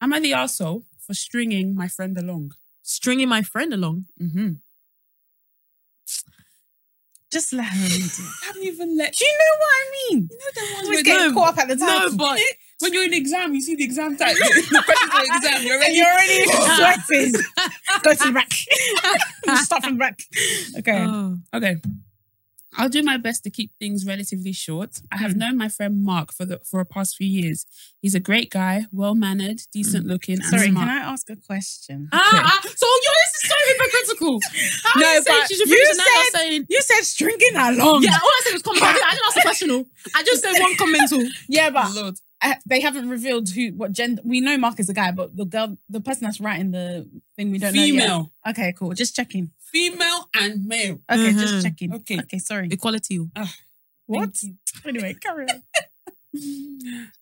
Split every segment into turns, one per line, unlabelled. Am I the arsehole for stringing my friend along?
Stringing my friend along.
Mm-hmm. Just let her read it. I haven't even let.
Do you know what I mean?
You know the
I
ones
was
where-
getting
no,
caught up at the time.
No, but
when you're in exam, you see the exam type. the questions for exam. You're
And
already.
you're already sweating. Go to the rack. Start from the rack. Okay.
Oh.
Okay. I'll do my best to keep things relatively short. I
Hmm.
have known my friend Mark for the for the past few years. He's a great guy, well mannered,
Hmm.
decent looking, and
Sorry,
smart.
can I ask a question?
Ah, ah, so yo, this is so hypocritical. How
No,
you say
but
she's a
you
friend and now you're
said-
saying
You said stringing along.
yeah, all I said was comment. I didn't ask a question. oh. I just said one comment. oh.
yeah but
Lord.
uh, they haven't revealed who what gender. We know Mark is a guy, but the girl, the person that's writing the thing, we don't know.
Female.
Female. Okay, cool. Just checking.
Female and male. Ah.
Okay,
Mhm.
just checking.
Uh-huh. Okay.
Okay, okay. Sorry.
Equality. oh.
What? Anyway, carry on.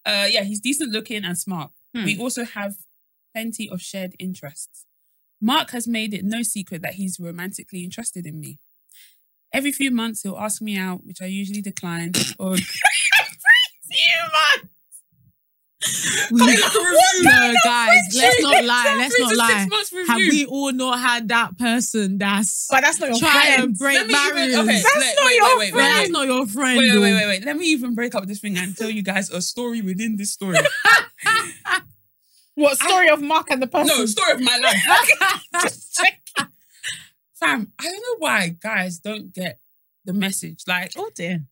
Uh, yeah, he's decent looking and smart.
Hmm.
We also have plenty of shared interests. Mark has made it no secret that he's romantically interested in me. Every few months, he'll ask me out, which I usually decline. Or
you
no, guys, let's not lie. Let's
Three
not
to
lie.
Six months review.
Have we all not had that person that's
But that's not your
trying to
friend.
break
Let me even-
barriers?
okay,
That's
let-
not
wait,
your
wait, wait,
Well,
wait,
that's not your friend.
Wait, wait, wait,
oh.
wait, wait. Let me even break up this thing and tell you guys a story within this story.
What story of Mark and the person?
no, story of my life. Fam, I don't know why guys don't get the message. Like,
Oh dear.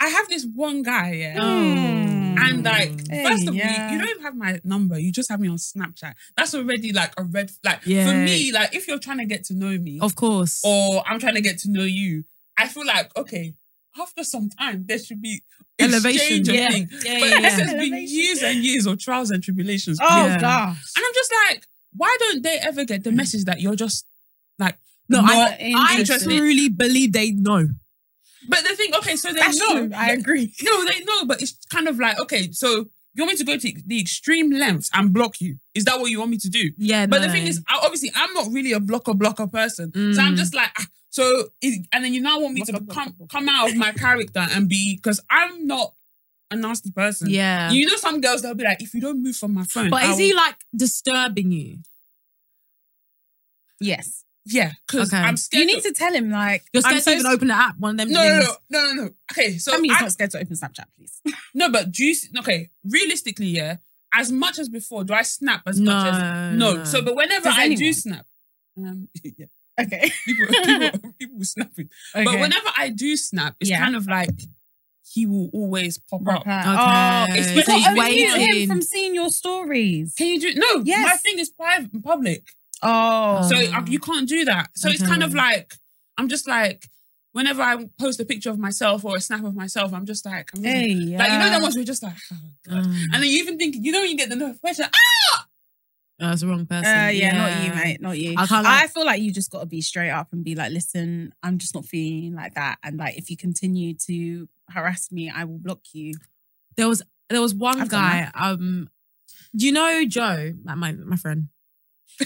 I have this one guy, yeah.
Mm.
Um,
And like,
Hey,
first of all,
yeah.
you, you don't even have my number. You just have me on Snapchat. That's already like a red flag. For
Yeah.
me, like, if you're trying to get to know me
Of course.
or I'm trying to get to know you, I feel like, okay, after some time, there should be
Elevation.
exchange of
Yeah.
things. But
Yeah, yeah,
this
yeah.
has been
Elevation.
years and years of trials and tribulations.
Oh
Yeah.
gosh.
And I'm just like, why don't they ever get the message that you're just like,
No,
not
I, I
interested?
truly believe they know.
But the thing, okay, so they
That's
know.
true. I agree.
No, they know, but it's kind of like, okay, so you want me to go to the extreme lengths and block you? Is that what you want me to do?
Yeah,
But the
no.
thing is, I, obviously, I'm not really a blocker blocker person, so I'm
Mm.
just like, ah, so. It, and then you now want me to come
Blocker, blocker, blocker.
come out of my character and be because I'm not a nasty person.
yeah.
You know, some girls they'll be like, if you don't move from my phone,
but
I
is he
will-
like disturbing you?
Yes.
Yeah, because
Okay.
I'm scared.
You need to tell him like
You're
I'm
scared
so
to even
s-
open the app. One of them.
No, no,
things.
no, no, no, no. Okay, so
I mean, he's
I-
not scared to open Snapchat, please.
No, but do you s- okay? Realistically, yeah. As much as before, do I snap as much as
No,
no?
no.
So, but whenever
Does
I do
anyone?
snap, um, yeah,
Okay.
people, people, people snapping. But
Okay.
whenever I do snap, it's
Yeah.
kind of like he will always pop up.
Oh,
Okay.
it's
But
So
I
he's
only knew
waiting.
him from seeing your stories.
Can you do no? My
Yes.
thing is private and public,
Oh,
so
Ah.
uh, you can't do that. So it's
Okay.
kind of like I'm just like whenever I post a picture of myself or a snap of myself, I'm just like, I'm just,
hey,
like you know,
yeah.
that ones we're just like, oh, God.
Mm.
and then you even think you know when you get the notification,
Oh, it's the wrong person.
Uh, yeah, not you, mate, not you.
I can't.
I
Like,
feel like you just got to be straight up and be like, listen, I'm just not feeling like that, and like if you continue to harass me, I will block you.
there was there was one
I've done
guy. Um, do you know Joe? Like my my friend.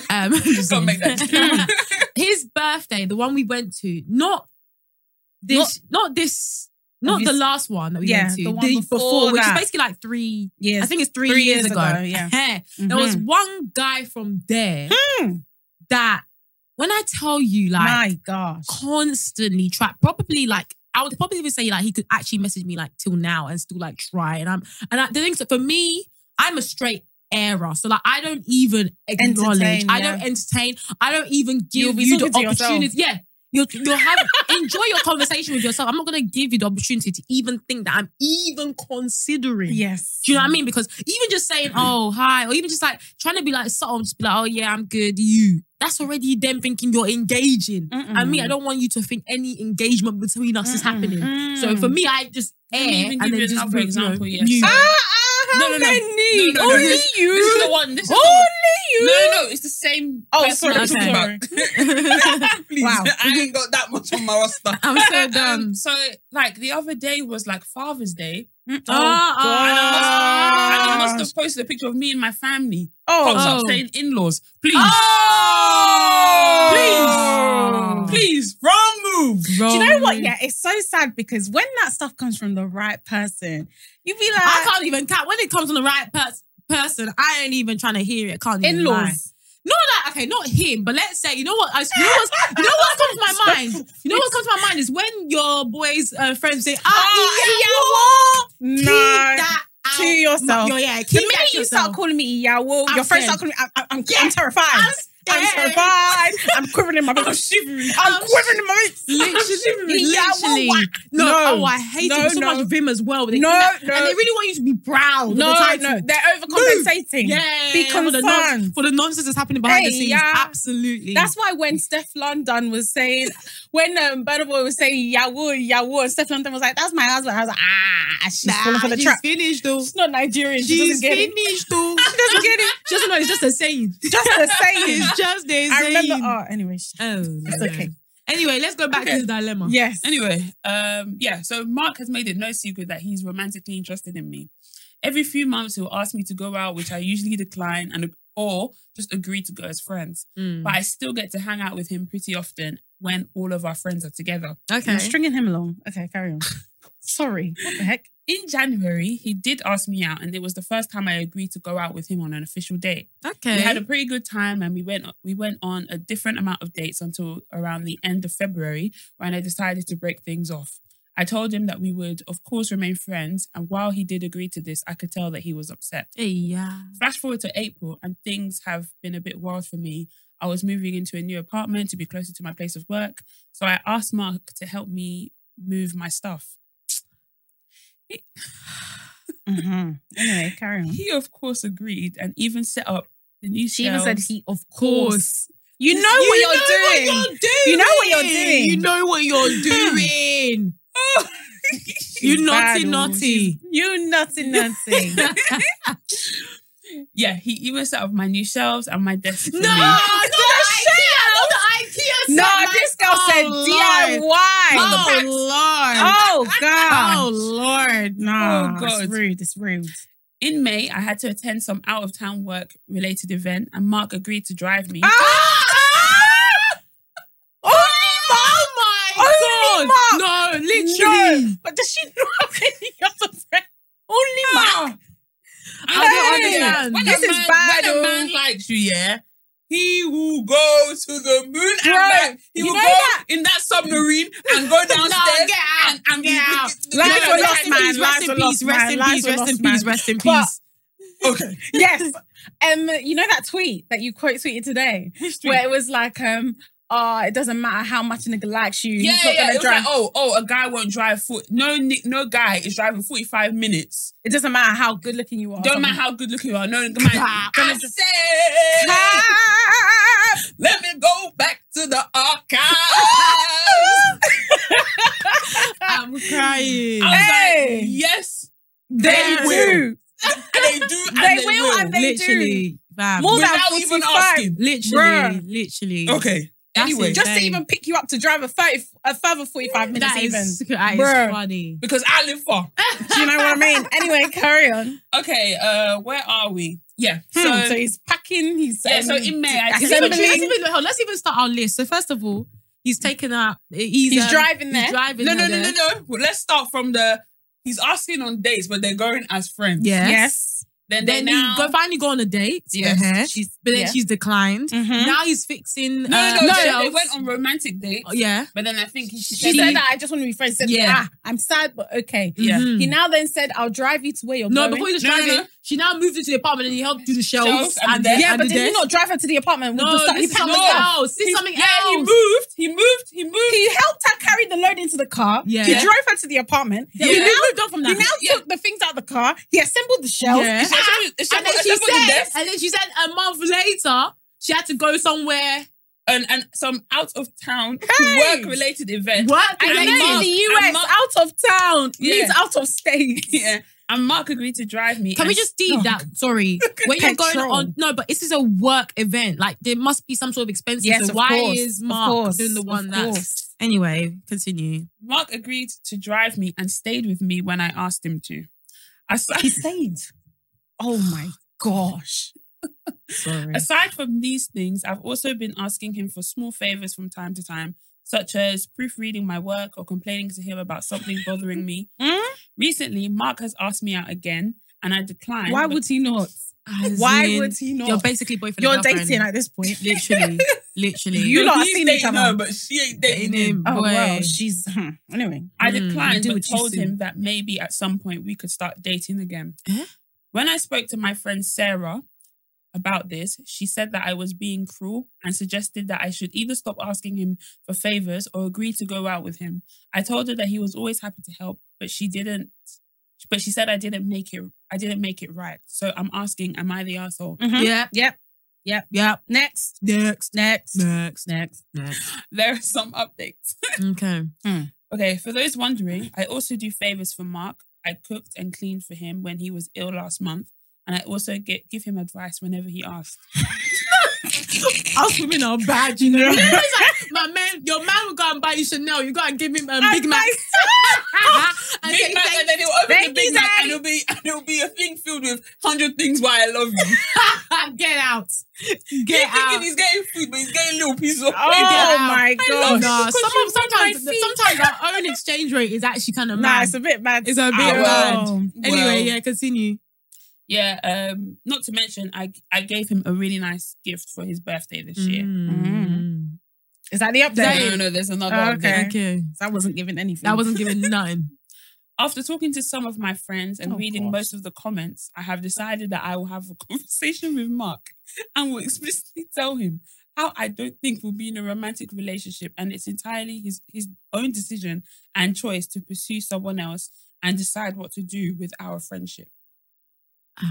Um,
just don't make that.
his birthday, the one we went to, not this, not, this, not the
Obvious-
last one that we
Yeah,
went to,
the one before
which is
that.
basically like three.
Yes, mm-hmm.
I think it's three,
Three
years,
years
ago.
ago, yeah.
There was one guy from there
Hmm.
that, when I tell you, like,
my gosh.
constantly try, probably like. I would probably even say like he could actually message me like till now and still like try and I'm and I, the thing so for me I'm a straight error so like I don't even acknowledge
Entertain,
I
yeah.
don't entertain I don't even
You'll
give
be
you the
talking to yourself.
opportunity yeah You'll, you'll have enjoy your conversation with yourself. I'm not gonna give you the opportunity to even think that I'm even considering.
Yes.
Do you know what I mean? Because even just saying, oh, hi, or even just like trying to be like subtle, just be like, oh, yeah, I'm good, you. That's already them thinking you're engaging.
Mm-mm.
I mean, I don't want you to think any engagement between us is happening. So for me, I just
Let me
air
even
and
give
then
you
just
another
you know,
example, yes.
you.
Ah!
Ah,
No,
how
no, no.
many?
No, no, no,
Only
this-
you.
This is the one. This is the one.
Only you.
No, no, no, it's the same.
Oh,
person
sorry,
I'm talking about.
sorry.
Please,
Wow.
I ain't got that much on my roster.
I'm so
Um,
dumb.
so, like, the other day was like Father's Day.
Mm,
Oh,
And I
God.
must have posted a picture of me and my family.
Ah. Oh,
Pops
Oh.
up saying in laws. Please,
Oh.
please, wrong move.
Do you know what? Yeah, it's so sad because when that stuff comes from the right person, you be like,
I can't even count. When it comes on the right pers- person, I ain't even trying to hear it. Can't even lie.
in-laws.
No, like okay, not him, but let's say you know what? I, you, know what's, you know what comes to my mind? You know what comes to my mind is when your boys' uh, friends say, "Ah,
Oh,
Iyawo." Keep
No.
that out.
to yourself.
Yo, yeah, keep
The
that
minute
to
you
yourself.
start calling me Yawo,
I'm
your friends start
scared.
calling me, I'm, I'm,
Yeah.
I'm terrified.
I'm
I'm,
scared.
terrified. I'm quivering in my Oh, boots. I'm shivering. Oh, I'm,
I'm
quivering in my boots.
Literally,
Yeah, well,
literally.
what?
No,
No.
oh, I hate
No,
it. There's so
no.
much vim as well. They
No,
think that-
no.
and they really want you to be proud. of the
No,
title.
no, they're overcompensating.
yeah,
Be
for the, non-
concerned.
for the nonsense that's happening behind
Hey,
the scenes.
yeah.
Absolutely,
That's why when Steph London was saying, when um, Burna Boy was saying Yawo, Yawo, Steph London was like, that's my husband. I was like, ah, she's
Nah,
falling for the
she's
trap.
Finished though.
She's not Nigerian. She doesn't
She's
get it.
finished though.
She doesn't get it.
She doesn't know. It's just a saying.
Just the saying.
It's just a
I
saying.
remember. Oh, anyway. sh-
Oh,
It's
no.
okay.
Anyway, let's go back
Okay.
to the dilemma.
Yes.
Anyway, um, yeah, so Mark has made it no secret that he's romantically interested in me. Every few months, he'll ask me to go out, which I usually decline and or just agree to go as friends.
Mm.
But I still get to hang out with him pretty often when all of our friends are together.
Okay.
I'm stringing him along. Okay, carry on. Sorry. What the heck?
In January, he did ask me out, and it was the first time I agreed to go out with him on an official date.
Okay.
We had a pretty good time, and we went we went on a different amount of dates until around the end of February when I decided to break things off. I told him that we would, of course, remain friends, and while he did agree to this, I could tell that he was upset.
Hey, yeah.
Flash forward to April, and things have been a bit wild for me. I was moving into a new apartment to be closer to my place of work, so I asked Mark to help me move my stuff.
Mhm. Anyway, carry on.
He, of course, agreed and even set up the new
She even said
shelves.
he, of
course.
course. You know what you're doing. You know what you're doing. Oh.
You know what you're doing. you naughty,
bad, oh,
naughty.
you naughty, naughty.
Yeah, he even set up my new shelves and my desk. for
No,
me.
not the IKEA. Not the IKEA.
no,
set, like,
this girl said
oh, Lord.
DIY.
Oh, Lord.
Oh,
Oh,
God.
Lord.
Nah,
Oh, God.
it's rude. It's rude.
In May, I had to attend some out of town work related event, and Mark agreed to drive me.
Ah! Oh,
Oh, my God. No, literally.
No. But does she know how many other friends? Only
Ah.
Mark.
I don't
Hey,
understand.
When
this
a
is
man,
bad,
When a
oh.
man likes you, yeah, he will go to the moon and
Bro,
back. He
you
will go
know that-
in that submarine and go downstairs
get out,
and, and
get out.
Lies
No,
were
no,
lost,
rest in
man.
peace,
Lies
Rest in
were
peace,
lost,
rest
man.
in
Lies
peace,
were
rest in
lost,
peace,
man.
rest
But-
in peace.
Okay.
Yes. Um, you know that tweet that you quote tweeted today? where it was like, um, oh, it doesn't matter how much a nigga likes you,
Yeah,
he's
yeah,
not
yeah. It
gonna
was like,
drive.
oh, oh, a guy won't drive foot. No, ni- no guy is driving forty-five minutes.
It doesn't matter how good looking you are.
oh. Don't matter how good looking you are. No man. I said,
Ah!
let me go back to the archives.
I'm crying.
I was
Hey.
like, yes,
They
They
do.
they do. And
They will and they do.
literally, fam.
More than
Without even
45.
asking.
literally,
Bruh.
literally.
Okay.
That's
anyway,
it.
Just to
Dang.
even pick you up to drive a, 30, a further 45 minutes
That
even.
is, that is
Bruh.
funny.
because I live far.
Do you know what I mean? Anyway, carry on.
Okay, uh, where are we? Yeah.
Hmm,
So,
So, he's packing, he's um,
yeah, so in May, I
That's
Let's even,
attended-
Assembly.
let's, even, hold on, let's even start our list. So first of all, he's taken out. He's,
He's
um,
driving there.
He's driving
No, no,
her
no, no,
there.
no. Well, Let's start from the. He's asking on dates, but they're going as friends.
Yes.
Yes.
Then they
Then
now.
he go, finally go on a date.
Yes. Mm-hmm.
with her,
She's
but then
yeah.
she's declined.
Mhm.
Now he's fixing.
no,
Mm-hmm. uh,
no, no. They, they
shelves.
went on romantic dates.
Oh, Yeah.
But then I think he, she,
She
said,
said
that.
that I just want to be friends. She said,
Yeah.
ah, I'm sad, but okay.
Yeah.
Mhm.
He now then said, I'll drive you to where you're
No,
going.
before he was
No, no,
driving,
no.
She now moved into the apartment and he helped do the shelves
Shelves and
and
the
the,
desk.
Yeah,
and
but
the
did he
desk.
not drive her to the apartment? with
No,
the stuff? He
this is
packed
something
the stuff.
else. This is
He-
something
yeah,
else.
He,
He
moved-
moved. He moved. He moved.
he helped her carry the load into the car.
Yeah.
He drove her to the apartment.
Yeah,
He
we
now,
moved on from
he
that.
now took the things out of the car. He assembled the shelves.
Yeah.
He
She assembled- she
and then
assembled-
she
assembled the
said,
desk
and then she said a month later she had to go somewhere.
and, and some out of town
Hey!
work related event.
What?
And
And
then
then in
Mark-
the
and
US,
Mark-
out of town,
Yeah.
means out of state.
Yeah. And Mark agreed to drive me.
Can we
and-
just deed that? Sorry, when you're going
Petrol.
on, no, but this is a work event. Like there must be some sort of expenses.
Yes,
so
of
why
course,
is
of
Mark
course,
doing the
of
one that?
course.
Anyway, continue.
Mark agreed to drive me and stayed with me when I asked him to. Aside,
He stayed. Oh my gosh.
Sorry.
aside from these things, I've also been asking him for small favors from time to time, such as proofreading my work or complaining to him about something bothering me.
Mm?
Recently, Mark has asked me out again, and I declined.
Why
but-
would he not?
As
Why
in,
would he not?
You're basically boyfriend.
You're
and girlfriend.
dating at this point.
literally, literally.
You lot are
He's
seeing each
dating
other.
her, but she ain't dating
Dating
him.
him,
Oh
boy.
wow, she's hmm. anyway.
I
Mm,
declined,
do
but
what you
told
see.
him that maybe at some point we could start dating again.
Eh?
When I spoke to my friend Sarah about this, she said that I was being cruel and suggested that I should either stop asking him for favors or agree to go out with him. I told her that he was always happy to help, but she didn't. But she said I didn't make it. I didn't make it right. So I'm asking, am I the asshole?
Yep.
Mm-hmm. Yep. Yep.
Yep.
Next.
Next.
Hmm? Next.
Next.
Next.
Next.
There are some updates.
Okay.
Okay, for those wondering, I also do favors for Mark. I cooked and cleaned for him when he was ill last month, and I also get, give him advice whenever he asks.
Us women are bad, you know. It's like, my man, your man will go and buy you Chanel. You go and give him a Big Mac. Ah, and say,
Big Mac,
"Thank
and then he'll open
Thank
the Big
you,
Mac,
Daddy.
and it'll be and it'll be a thing filled with hundred things why I love you.
Get out.
He's thinking
Get out.
he's getting food, but he's getting little pieces of
Oh
Get out.
my
No,
gosh.
no.
Because you
Some,
rubbed my
sometimes,
feet.
sometimes our own exchange rate is actually kind of
Nah,
mad.
it's a bit mad.
It's a bit
Oh,
mad.
well.
anyway,
well.
yeah, continue.
Yeah, um, not to mention, I I gave him a really nice gift for his birthday this year.
Mm.
Is that the update?
That
No, no, no, there's another
Oh,
one.
okay.
Okay.
That wasn't giving anything.
That wasn't giving nothing.
After talking to some of my friends and
Oh,
reading
gosh.
most of the comments, I have decided that I will have a conversation with Mark and will explicitly tell him how I don't think we'll be in a romantic relationship and it's entirely his, his own decision and choice to pursue someone else and decide what to do with our friendship.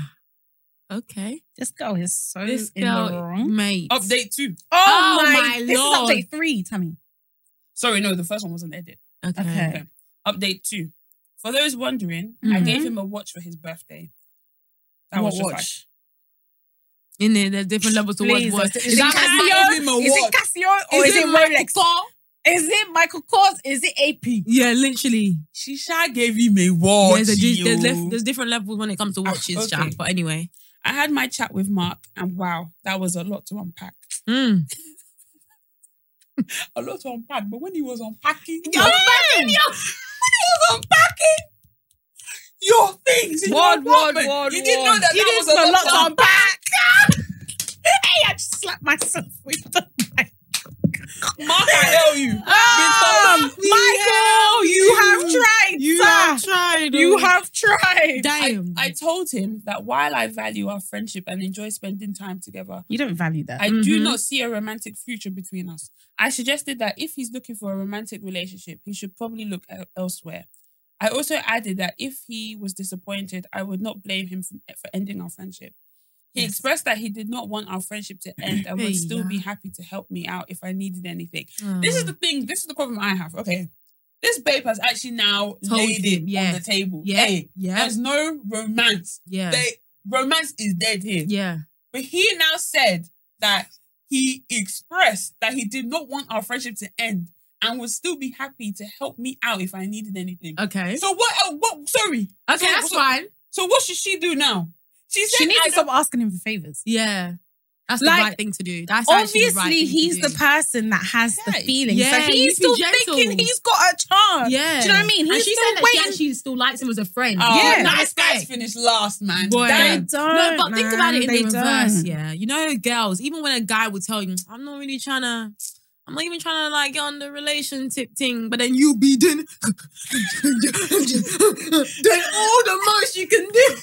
Okay.
This girl is so
This
in the
girl,
wrong.
mate.
Update two.
Oh,
Oh,
my,
my
This
lord.
is update three, Tammy.
Sorry, no, the first one was an edit.
Okay.
Okay.
Update two. For those wondering, I
Mhm.
gave him a watch for his birthday. That was
Mm-hmm. What
just like-
watch?
In there, there's different levels to
Please,
what. what-
is,
Is that
Casio?
him a
Is it
watch?
Casio or is, it
Michael
Rolex?
Kors?
Is it Michael Kors? Is it AP?
Yeah, literally.
She shy gave him a watch.
there's, a, di- there's,
yo.
lef- there's different levels when it comes
Ah,
to watches,
okay.
Jack. But anyway.
I had my chat with Mark, and wow, that was a lot to unpack.
Mm.
A lot to unpack, but when he was unpacking,
Yo, man, yo.
was unpacking your things. in
Word,
your
word,
apartment.
word,
You didn't
word.
know that
You
that
didn't
was
know
a lot
lots
to
on
unpack.
Hey, I just slapped myself with the mic.
Mark, I tell you.
Ah,
Because
Michael, you, have tried.
You
sir.
have tried.
You
oh.
have tried.
Damn.
I told him that while I value our friendship and enjoy spending time together,
You don't value that. Mm-hmm.
I do
Mhm.
not see a romantic future between us. I suggested that if he's looking for a romantic relationship, he should probably look el- elsewhere. I also added that if he was disappointed, I would not blame him for, for ending our friendship. He expressed that he did not want our friendship to end and
Hey,
would still be
yeah. Mm.
happy to help me out if I needed anything. This is the thing. This is the problem I have. Okay, this babe has actually now
Told
laid
him,
it
yeah.
on the table.
Yeah.
Hey,
yeah.
there's no romance.
Yeah.
They, romance is dead here.
yeah.
But he now said that he expressed that he did not want our friendship to end and would still be happy to help me out if I needed anything.
Okay.
So what? el- What? Sorry. so-
Okay, that's
so-
fine.
So what should she do now? She said
she needs
I
to
don't-
stop asking him for favors.
Yeah. That's
Like,
the right thing to do. That's actually
Obviously,
the right thing to
he's
do.
the person that has the
Yeah.
feeling.
Yeah,
so
you be
he's still
gentle.
thinking he's got a chance.
Yeah.
Do you know what I mean?
and
He's
she
still
said that she
waiting.
actually still likes him as a friend.
Oh,
Yeah.
nice guys
Respect.
finish last, man.
They
Boy.
Damn.
don't.
No, but think about it in
man.
the
They
reverse.
don't.
Yeah, you know, girls. Even when a guy will tell you, "I'm not really trying to, I'm not even trying to like get on the relationship thing, but then you be doing, doing all the most you can do.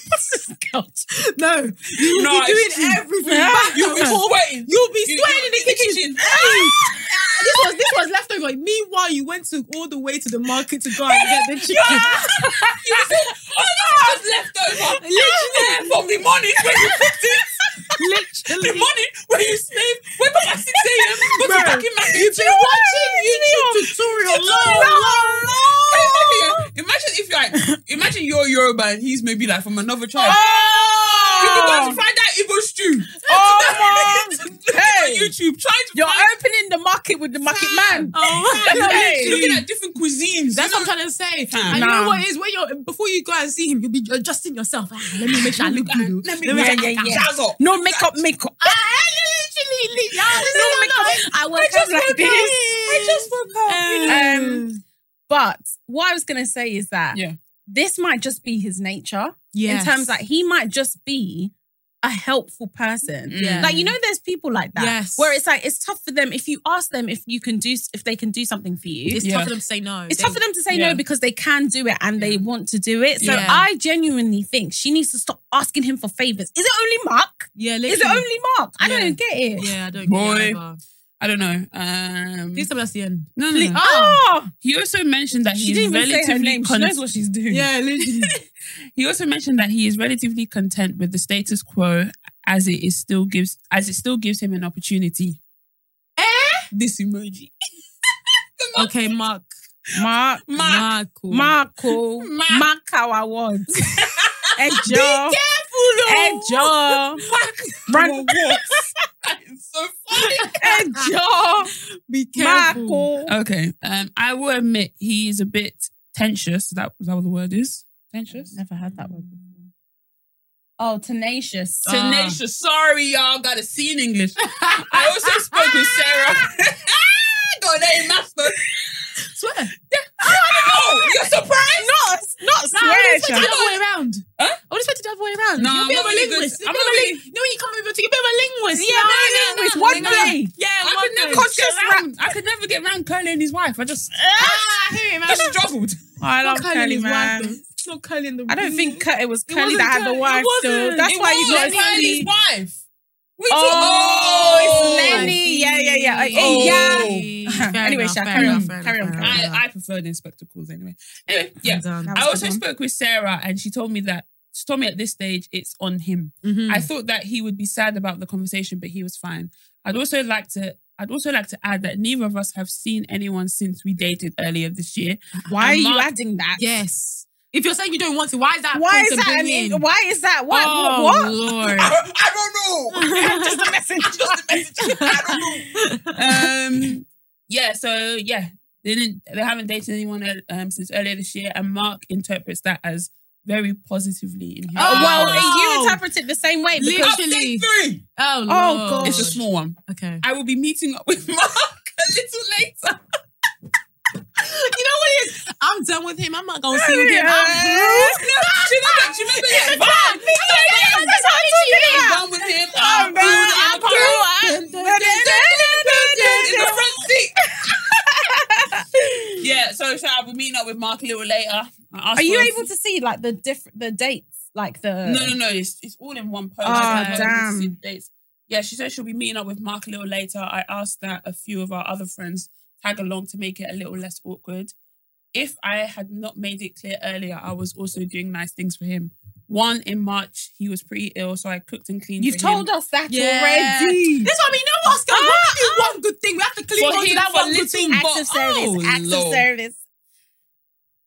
God. No, you will
No,
be doing
it's true.
everything.
You'll be
backwards.
sweating.
You'll be
You- you-
sweating in the
in the kitchen.
kitchen. Hey! this was this was leftover. Meanwhile, you went to all the way to the market to go and get the chicken.
You said, oh, this was left over.
Literally.
From the morning when you cooked it. The
Literally.
morning when you slaved. Wake up at 6 a.m. Go to
Bro,
packing my
You've been watching YouTube tutorial long, long, long.
Imagine if you're like, imagine you're Yoruba and he's maybe like from another tribe. You could go
Oh,
to find that Igbo stew.
Oh
my
Hey.
YouTube, trying to
You're
find
opening the market with the market man.
oh
You're
my
Hey.
God.
looking at different cuisines.
That's
you
what I'm trying to say.
Nah.
And you know what it is when you're before you go and see him, you'll be adjusting yourself. Ah, let me make sure I look good. Let me,
yeah, yeah, yeah.
Jazz up.
No makeup, makeup.
Ah, literally, li- yeah,
No
no, no,
makeup.
no. I woke
I just
up like
woke
this.
up. I just woke up.
Mm.
Um, But what I was gonna say is that
Yeah.
this might just be his nature.
yes.
In terms like he might just be a helpful person.
Yeah.
Like you know, there's people like that.
Mm. Yes.
Where it's like it's tough for them if you ask them if you can do if they can do something for you.
it's
Yeah.
tough for them to say no.
It's
They-
tough for them to say
Yeah.
no because they can do it and they want to do it. So
Yeah.
I genuinely think she needs to stop asking him for favors. Is it only Mark?
Yeah,
Is it
literally.
only Mark? I
Yeah.
don't get it.
Yeah, I don't.
Boy.
Boy, no,
I don't know. Um,
please tell me that's the end.
no, no, no.
Ah.
Oh,
He also mentioned that
she
he is
didn't even say her
relatively
name. She knows
content.
what she's doing.
literally.
He also mentioned that he is relatively content with the status quo as it is still gives as it still gives him an opportunity.
Eh?
This emoji.
okay, Mark.
Mark, Mark,
Marco.
Marco,
Mark.
Mark, how I was. Ejo, Ejo, Run-
It's so funny.
Ejo,
Be careful.
Marco.
Eh, Okay. Um, I will admit he is a bit tensious. Is that is that what the word is? Tensious.
Never heard that word before. Oh, tenacious.
Ah.
Tenacious. Sorry, y'all. Got a C in English. I also
Ah,
spoke with Sarah. God, they master.
Swear.
Oh, you're surprised?
Not, not
Nah, I would
swear,
expect it
child.
the other way around.
Huh?
I would expect it the other way around.
No,
you're a
I'm not
bit of a
really good.
linguist. You're a
I'm
bit
not
of a
really-
ling- No, you come over to you're a bit of a linguist.
Yeah,
No,
I'm a
no,
linguist.
no,
One
no.
day.
Yeah,
I
one
could
day.
never
Conscious
get around. I could never get around Curly and his wife. I just,
Ah, I hear you, man.
just struggled.
I
Not
love
curling
Curly,
his wife,
man.
though. It's not curling the
I don't think Cur- it was
It
Curly
wasn't
that had the
Curly. It
wife still.
wasn't.
That's
It
why you
wasn't.
got
Curly's
Curly.
Lenny.
wife. We
Oh,
Oh,
it's
I
Lenny.
see.
Yeah, yeah, yeah. Uh,
Oh.
yeah.
Fair
Anyway,
enough,
Sha,
fair
carry
enough,
on,
fair
carry
enough,
on,
fair
carry
enough.
I, I preferred in spectacles anyway. Anyway, yeah.
Done.
That
I
was
also
good one.
spoke with Sarah and she told me that she told me at this stage it's on him.
Mhm.
I thought that he would be sad about the conversation, but he was fine. I'd also like to I'd also like to add that neither of us have seen anyone since we dated earlier this year.
Why are
And
you
Mark-
adding that?
Yes. If you're saying you don't want to, why is that?
Why
point
is
to
that? An
bring
in-
in?
why is that? What?
Oh,
what?
Lord.
I don't
Just a message. Just a message.
um yeah so yeah they didn't they haven't dated anyone uh, um since earlier this year and mark interprets that as very positively in his
Oh,
well,
Oh.
you interpret it the same way. Because
Literally.
three
Oh, Lord.
Oh, God.
it's a small one
Okay.
i will be meeting up with mark a little later
You know what it is? I'm done with him. I'm not going to see with him. I'm
she Ah, remember she remember yeah, Mark, I'm
That's how it's all
done with him uh,
I'm
I'm good, I'm
done,
good.
I'm done.
in the front seat yeah so, so i'll be meeting up with mark a little later
Are you able to see like the different the dates? Like the
No, no, no. It's, it's all in one post.
Oh,
I don't
damn.
see the dates. Yeah, she said she'll be meeting up with Mark a little later. I asked that a few of our other friends tag along to make it a little less awkward. If I had not made it clear earlier, I was also doing nice things for him. One in March, he was pretty ill, so I cooked and cleaned.
You've
for
told
him.
us that
Yeah.
already.
This one, you know what's going on? do one good thing. We have to clean
Ah, For
on to
him,
that
for
one good
little
thing.
but-
Acts of service.
oh,
acts of
Lord.
service.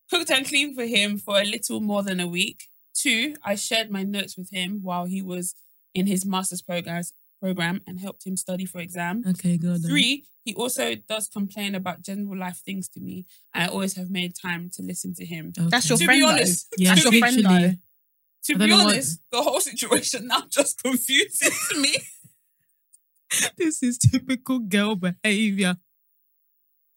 cooked and cleaned for him for a little more than a week. Two, I shared my notes with him while he was in his master's progress program and helped him study for exam.
Okay, good.
Three, he also does complain about general life things to me. I always have made time to listen to him.
That's your
To
friend.
be
though.
honest,
Yeah,
That's your friend,
literally.
though.
to
Oh, I don't
be
know what-
honest, the whole situation now just confuses me.
This is typical girl behavior.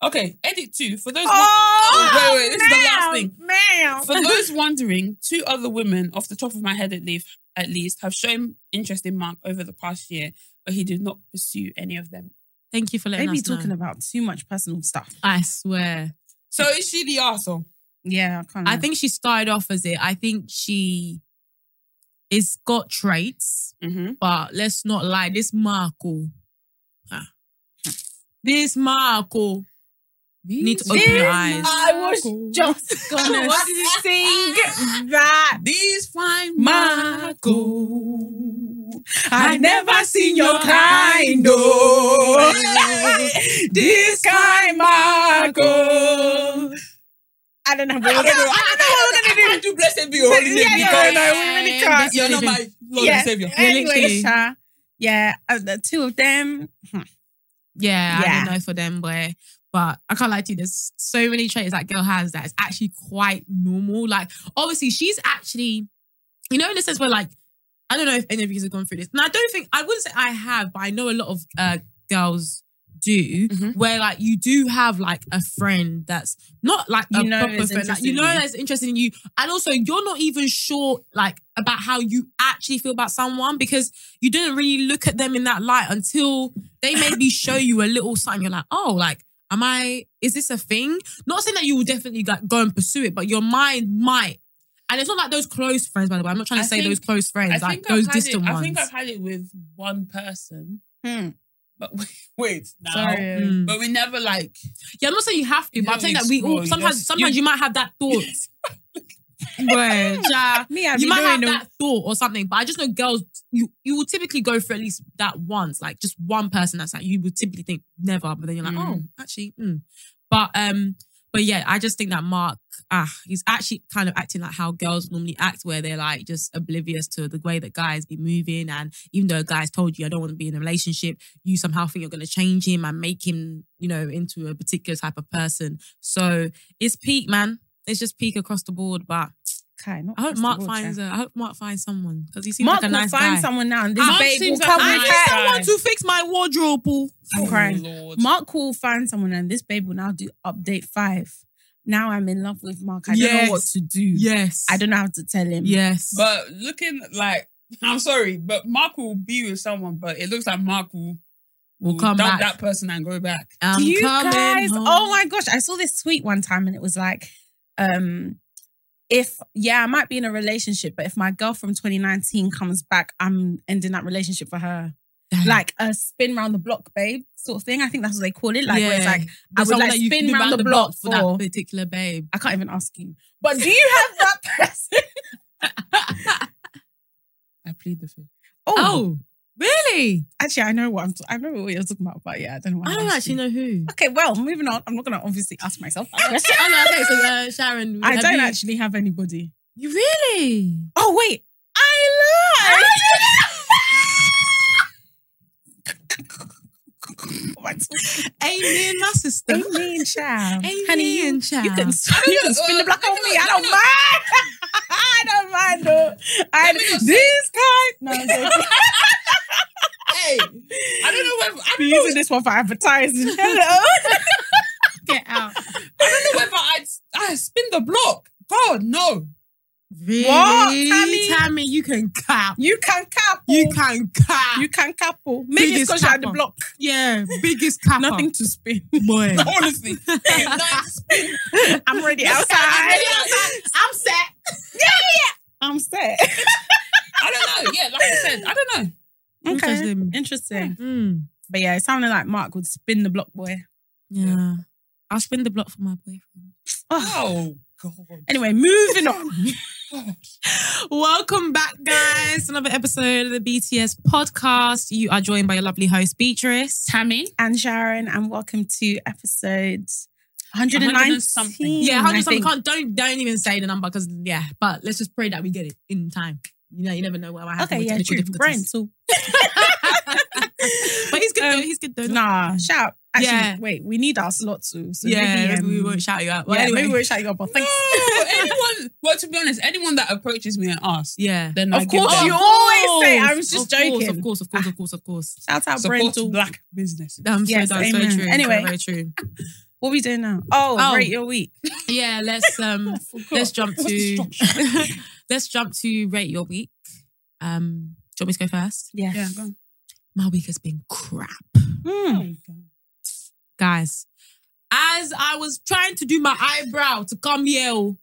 Okay, edit two. For those
Oh,
wait, wait, this is the last thing.
Ma'am.
for those wondering, two other women, off the top of my head at least, at least, have shown interest in Mark over the past year, but he did not pursue any of them.
Thank you for letting
Maybe
us know.
talking about too much personal stuff.
I swear.
So is she the arsehole?
Yeah, I
Mm.
can't.
I think she started off as it. I think she is got traits,
Mm-hmm.
but let's not lie. This Marco, ah. this Marco, need to open your eyes.
I was just gonna
What?
sing that.
These fine
Marco, I never seen your kind. Oh, this kind, Marco. I don't know what we're gonna do. I don't know what we're gonna do.
I do blessed
oh.
be your holy name
Yeah, yeah,
because we
yeah, yeah,
really
yeah,
can't.
yeah.
You're not my Lord
yeah.
and Savior.
Anyway,
Literally.
Sha, yeah, uh, the two of them.
Yeah, I
Yeah.
don't know for them, but but I can't lie to you. There's so many traits that girl has that it's actually quite normal. Like obviously she's actually, you know, in the sense where like I don't know if any of you have gone through this, and I don't think I wouldn't say I have, but I know a lot of uh, girls do
Mm-hmm.
Mhm.
where like you do have like a friend that's not like
You
a
know
proper
is
friend like,
interested
you
in
know
you.
that's interested in you and also you're not even sure like about how you actually feel about someone because you didn't really look at them in that light until they maybe show you a little sign. You're like, oh, like, am I, is this a thing? Not saying that you will definitely like, go and pursue it, but your mind might. And it's not like those close friends, by the way. I'm not trying to
I
say
think-
those close friends,
I
like
think
those
I've had
distant
it,
ones.
I think I've had it with one person,
Hmm.
but wait, now.
Sorry.
Mm.
But we never like.
Yeah, I'm not saying you have to,
You
but I'm
don't
saying that we
explore,
all
you
sometimes
just-
sometimes
you-
you, might have that thought. Word, yeah.
Me, I
you
be
might have
knowing them.
that thought or something, but I just know girls, you you will typically go for at least that once, like just one person that's like you would typically think never, but then you're like, oh, actually, mm. but um, but yeah, I just think that Mark, ah, he's actually kind of acting like how girls normally act, where they're like just oblivious to the way that guys be moving, and even though a guys told you I don't want to be in a relationship, you somehow think you're going to change him and make him, you know, into a particular type of person. So it's peak, man. It's just peak across the board, but.
Okay, not
I hope
across the
Mark
board,
finds.
Sha.
A, I hope Mark finds someone because he seems
Mark
like a
will
nice
find
guy.
someone now, and this
Mark
babe will
seems like
come
a
with
nice
her.
guy.
someone to fix my wardrobe. boo.
I'm crying.
Oh, Lord.
Mark will find someone and this babe will now do update five. Now I'm in love with Mark. I don't know what
Yes.
to do.
Yes,
I don't know how to tell him.
Yes,
But looking like, I'm sorry, but Mark will be with someone, but it looks like Mark will,
Will come
dump
back.
that person and go back.
I'm
Do you
coming
guys,
home.
oh my gosh, I saw this tweet one time and it was like, um, if yeah, I might be in a relationship, but if my girl from 2019 comes back, I'm ending that relationship for her.
Damn.
Like a spin round the block, babe, sort of thing. I think that's what they call it. Like where it's
Yeah.
like, I
There's
would
someone
like
that you
spin
can do
round the block
for that
for-
particular babe.
I can't even ask you. But do you have that person?
I plead the fifth.
Oh, really?
Actually, I know what I'm. T- I remember what you're talking about, but yeah, I don't know. What
I don't actually know who.
Okay, well, moving on. I'm not gonna obviously ask myself that question.
oh no, okay, so uh, Sharon.
I
have
don't
you-
actually have anybody.
You really?
Oh wait, I lied. What?
Amen, my sister.
Amen, child.
Amen,
Honey, you,
Um, child.
you can you can spin the block on me. I don't mind. I don't mind though. I this kind. No, I'm joking.
Hey, I don't know whether I don't
Be
know,
using this one for advertising. Hello. Get out.
I don't know whether I I spin the block. God no.
Really?
What, Tammy?
Tammy, you can cap.
You can couple.
You can cap.
You can couple. Maybe it's
Biggest
because you had the
couple.
block.
yeah, biggest cap.
Nothing to spin.
boy.
Honestly,
I'm already outside.
I'm set.
I'm set.
I don't know. Yeah, like I said, I don't know.
Interesting.
Interesting.
Mm,
But yeah, it sounded like Mark would spin the block boy.
yeah. I'll spin the block for my boyfriend.
Oh.
Oh God.
Anyway, moving on.
God.
Welcome back, guys. Another episode of the BTS podcast. You are joined by your lovely host, Beatrice.
Tammy.
and Sharon, and welcome to episode
100
119.
and something.
Yeah,
I
hundred something.
think.
Can't don't don't even say the number because yeah. But let's just pray that we get it in time. You know, you never know what might happen.
Okay,
with
yeah,
technical
true. Brain,
difficulties.
so
but he's good
Um,
though. He's good though.
nah, shout. Actually,
Yeah.
wait, we need our slot too. So
yeah,
maybe,
maybe we
um,
won't shout you out. Well,
yeah,
anyway.
maybe we'll shout you up. But thanks.
No, anyone. Well, to be honest, anyone that approaches me and asks,
yeah.
then I
Of
give
course
them
you always say, I was
Of
just
course,
joking.
Of course, of course, of course, of course.
Shout out
support
Brental.
black business.
I'm
Yes,
so done.
amen.
So true.
Anyway.
very true.
What are we doing now? Oh,
Oh.
rate your week.
Yeah, let's um let's jump
What's the
to let's jump to rate your week. Um, do you want me to go first?
Yeah.
Yeah, go on.
my week has been crap.
Oh,
Mm.
Guys, as I was trying to do my eyebrow to come here, oh,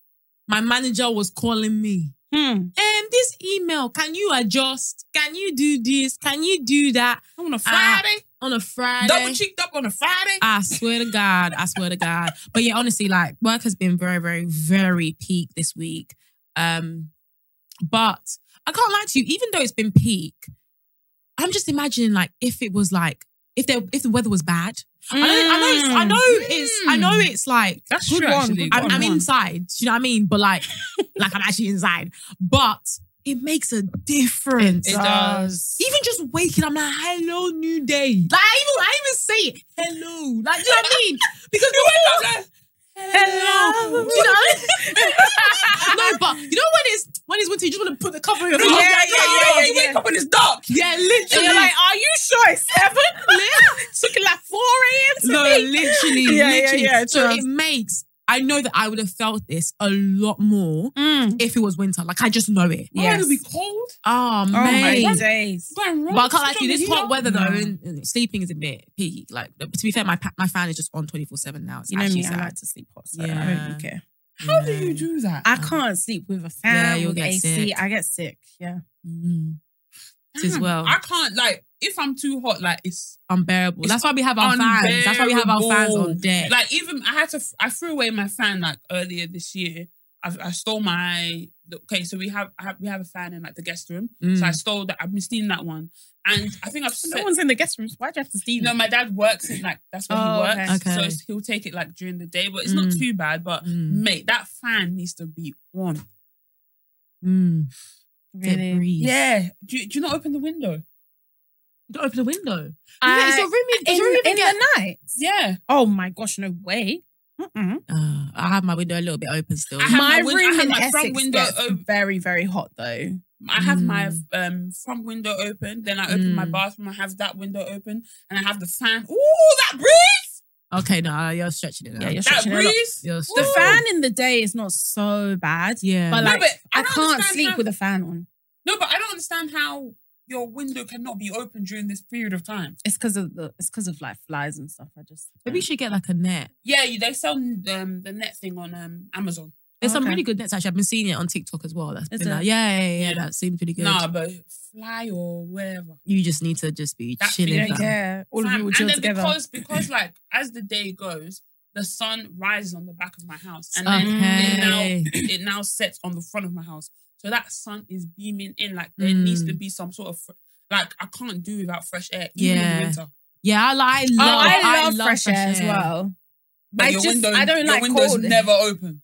my manager was calling me.
Mm.
Um, this email, can you adjust? Can you do this? Can you do that?
On a
Friday? On a Friday.
Ah, double cheeked up on a Friday.
Ah,
I swear to God, I swear to God. But yeah, honestly, like work has been very, very, very peak this week. Um, but I can't lie to you, even though it's been peak, I'm just imagining like if it was like if there if the weather was bad. I know, I know, it's, I
mm.
know it's, I know it's like
Mm. That's
Good
true.
one,
actually.
good
Good
I'm,
one.
I'm inside. Do you know what I mean? But like, like I'm actually inside. But it makes a difference.
It does.
Even just waking, I'm like, hello, new day. Like I even, I even say it, hello. Like, do you know what I mean? Because you wake up like, hello. Do you know what I mean? no, but you know when it's when it's winter, you just want to put the cover over.
Yeah,
your
yeah,
eyes.
yeah, yeah, yeah, You wake up and it's dark.
Yeah,
And
literally.
you're like, are you sure it's seven? it's looking like 4 a.m. to
No,
me.
literally,
Yeah, yeah,
literally.
yeah,
so
trust.
it makes. I know that I would have felt this a lot more if it was winter. Like I just know it.
Yes.
Why are we cold?
Oh
Oh, man.
my days.
What's going wrong?
But I
What's
can't like you.
wrong
This
with
hot weather though,
No.
and, and sleeping is a bit peaky. Like to be fair, my pa- my fan is just on twenty four seven now. It's
You know
actually
me, I
sad.
like to sleep hot, so I
Yeah.
don't really care.
How do you do that?
I can't sleep with a fan,
Yeah, you'll
with
get
AC.
sick.
I get sick. Yeah.
Mm. It is
Damn,
well
I can't like if I'm too hot, like it's
unbearable.
It's
That's why we have our fans. That's why we have our fans on
unbearable.
deck.
like even I had to I threw away my fan like earlier this year. I, I stole my okay, so we have, I have we have a fan in like the guest room. So I
Mm.
stole that. I've been stealing that one, and I think I've said,
No one's in the guest room. so Why'd you have to steal?
no.
No,
My dad works in like that's where
Oh,
he works,
okay.
so
Okay.
it's- he'll take it like during the day, but it's not
Mm.
too bad. But
Mm.
mate, that fan needs to be on.
Mm.
really.
Breeze.
Yeah, do, you- do you not open the window?
Don't open the window.
I-
yeah, is your room
In,
is your room
in
get-
the night.
Yeah,
Oh my gosh, no way. Mm-mm.
Uh, I have my window a little bit open still.
I have
my,
my win- I
room
have
in
my front
Essex
window
gets
open.
very, very hot though.
I have my
Mm.
um front window open, then I open my
Mm.
bathroom. I have that window open, and I have the fan. Ooh, that breeze!
okay, no, you're stretching it. Out.
Yeah, you're
That
stretching it a lot.
breeze.
You're
The
stretching-
fan in the day is not so bad,
Yeah,
but like
but I
I,
don't
can't
understand
sleep
how-
with a fan on.
No, but I don't understand how your window cannot be open during this period of time.
It's because of the it's because of like flies and stuff. I just
maybe you should get like a net.
Yeah, you, they sell um, the net thing on um, Amazon.
There's some
Okay.
really good nets actually. I've been seeing it on TikTok as well. That's
Is
been
it?
like, yeah, yeah, yeah,
Yeah.
That seems really good.
Nah, but fly or whatever.
you just need to just be
That
chilling.
feeling,
fam.
yeah, all of
Fam,
you will
and
chill
then
together.
because because like as the day goes, the sun rises on the back of my house, and
Um.
then
Okay.
it now it now sets on the front of my house. So that sun is beaming in. Like there needs
Mm.
to be some sort of fr- like I can't do without fresh air, even in
Yeah.
the winter.
Yeah, I, like- I
Oh,
love,
I love fresh air as well.
But
I
your
just-
window,
I don't
your
like
window's
cold.
never open.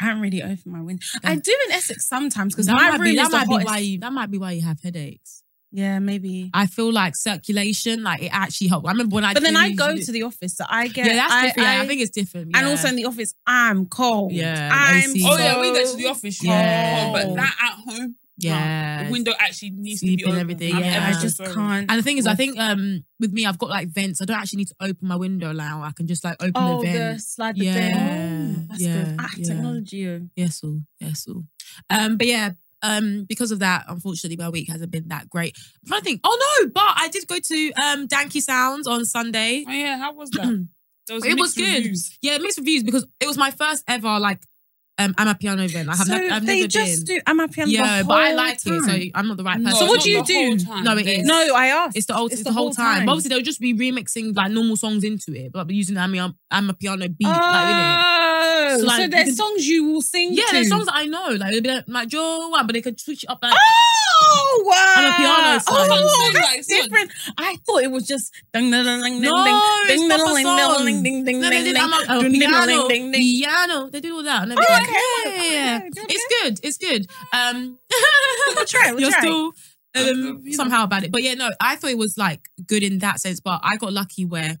I don't really open my window. I do in Essex sometimes because
That
my
might
room
be,
is
that
the
might be
hottest.
why you, that might be why you have headaches.
Yeah, maybe.
I feel like circulation, like it actually helps. I remember when I
But then I
used
go
do-
to the office, so I get.
yeah, that's
I,
different. yeah, I
I-
think it's different.
and
yeah.
also in the office, I'm cold.
Yeah,
I'm.
AC.
Oh yeah, when you go
so
to the office,
Yeah.
yeah. but that at home,
yeah,
the window actually needs
Sleep
to be open.
and everything,
I'm
yeah.
ever
I
so
just
sorry.
can't.
And the thing is, I think um with me, I've got like vents. I don't actually need to open my window now. I can just like open
Oh,
the vent.
the slide the
Yeah,
thing. Oh, that's
yeah,
good. Ah,
yeah.
technology. you.
Yes, all. Yes, all. Um, but yeah, um, because of that, unfortunately, my week hasn't been that great. I'm trying to think. Oh no, but I did go to um Danky Sounds on Sunday.
Oh yeah, how was that? There
It
mixed
was good.
reviews.
Yeah, mixed reviews because it was my first ever like um I'm a piano event. I have
so
nev- I've
they
never
just
been.
do. I'm happy.
yeah, but I like it, so I'm not the right person.
No,
So what
not
do you
the whole
do?
time.
No, it
They-
is.
no, I asked.
It's the whole, it's, the, whole time. But obviously, they'll just be remixing like normal songs into it, but using I'm a, I'm a piano beat, like in it.
Oh,
So,
so,
like, you
there's
can-
songs you will sing
Yeah,
to.
there's songs that I know, like they'll be like, like Joe, but they could switch it up like.
Oh, wow.
On a piano song.
Oh,
Like,
that's
it's not-
different. I thought it was just ding ding ding ding ding
No, it's
ding ding
proper
ding
songs.
ding ding ding
No, they
ding
did.
ding
I'm a, oh,
ding, ding,
piano,
ding, ding, ding.
piano. They did all that. And
Oh,
everything.
okay. Oh,
Yeah,
Okay,
yeah, yeah.
okay.
It's good. It's good. Um,
We'll try, we'll
you're
try.
still um,
you know.
somehow about it, but yeah, no. I thought it was like good in that sense, but I got lucky where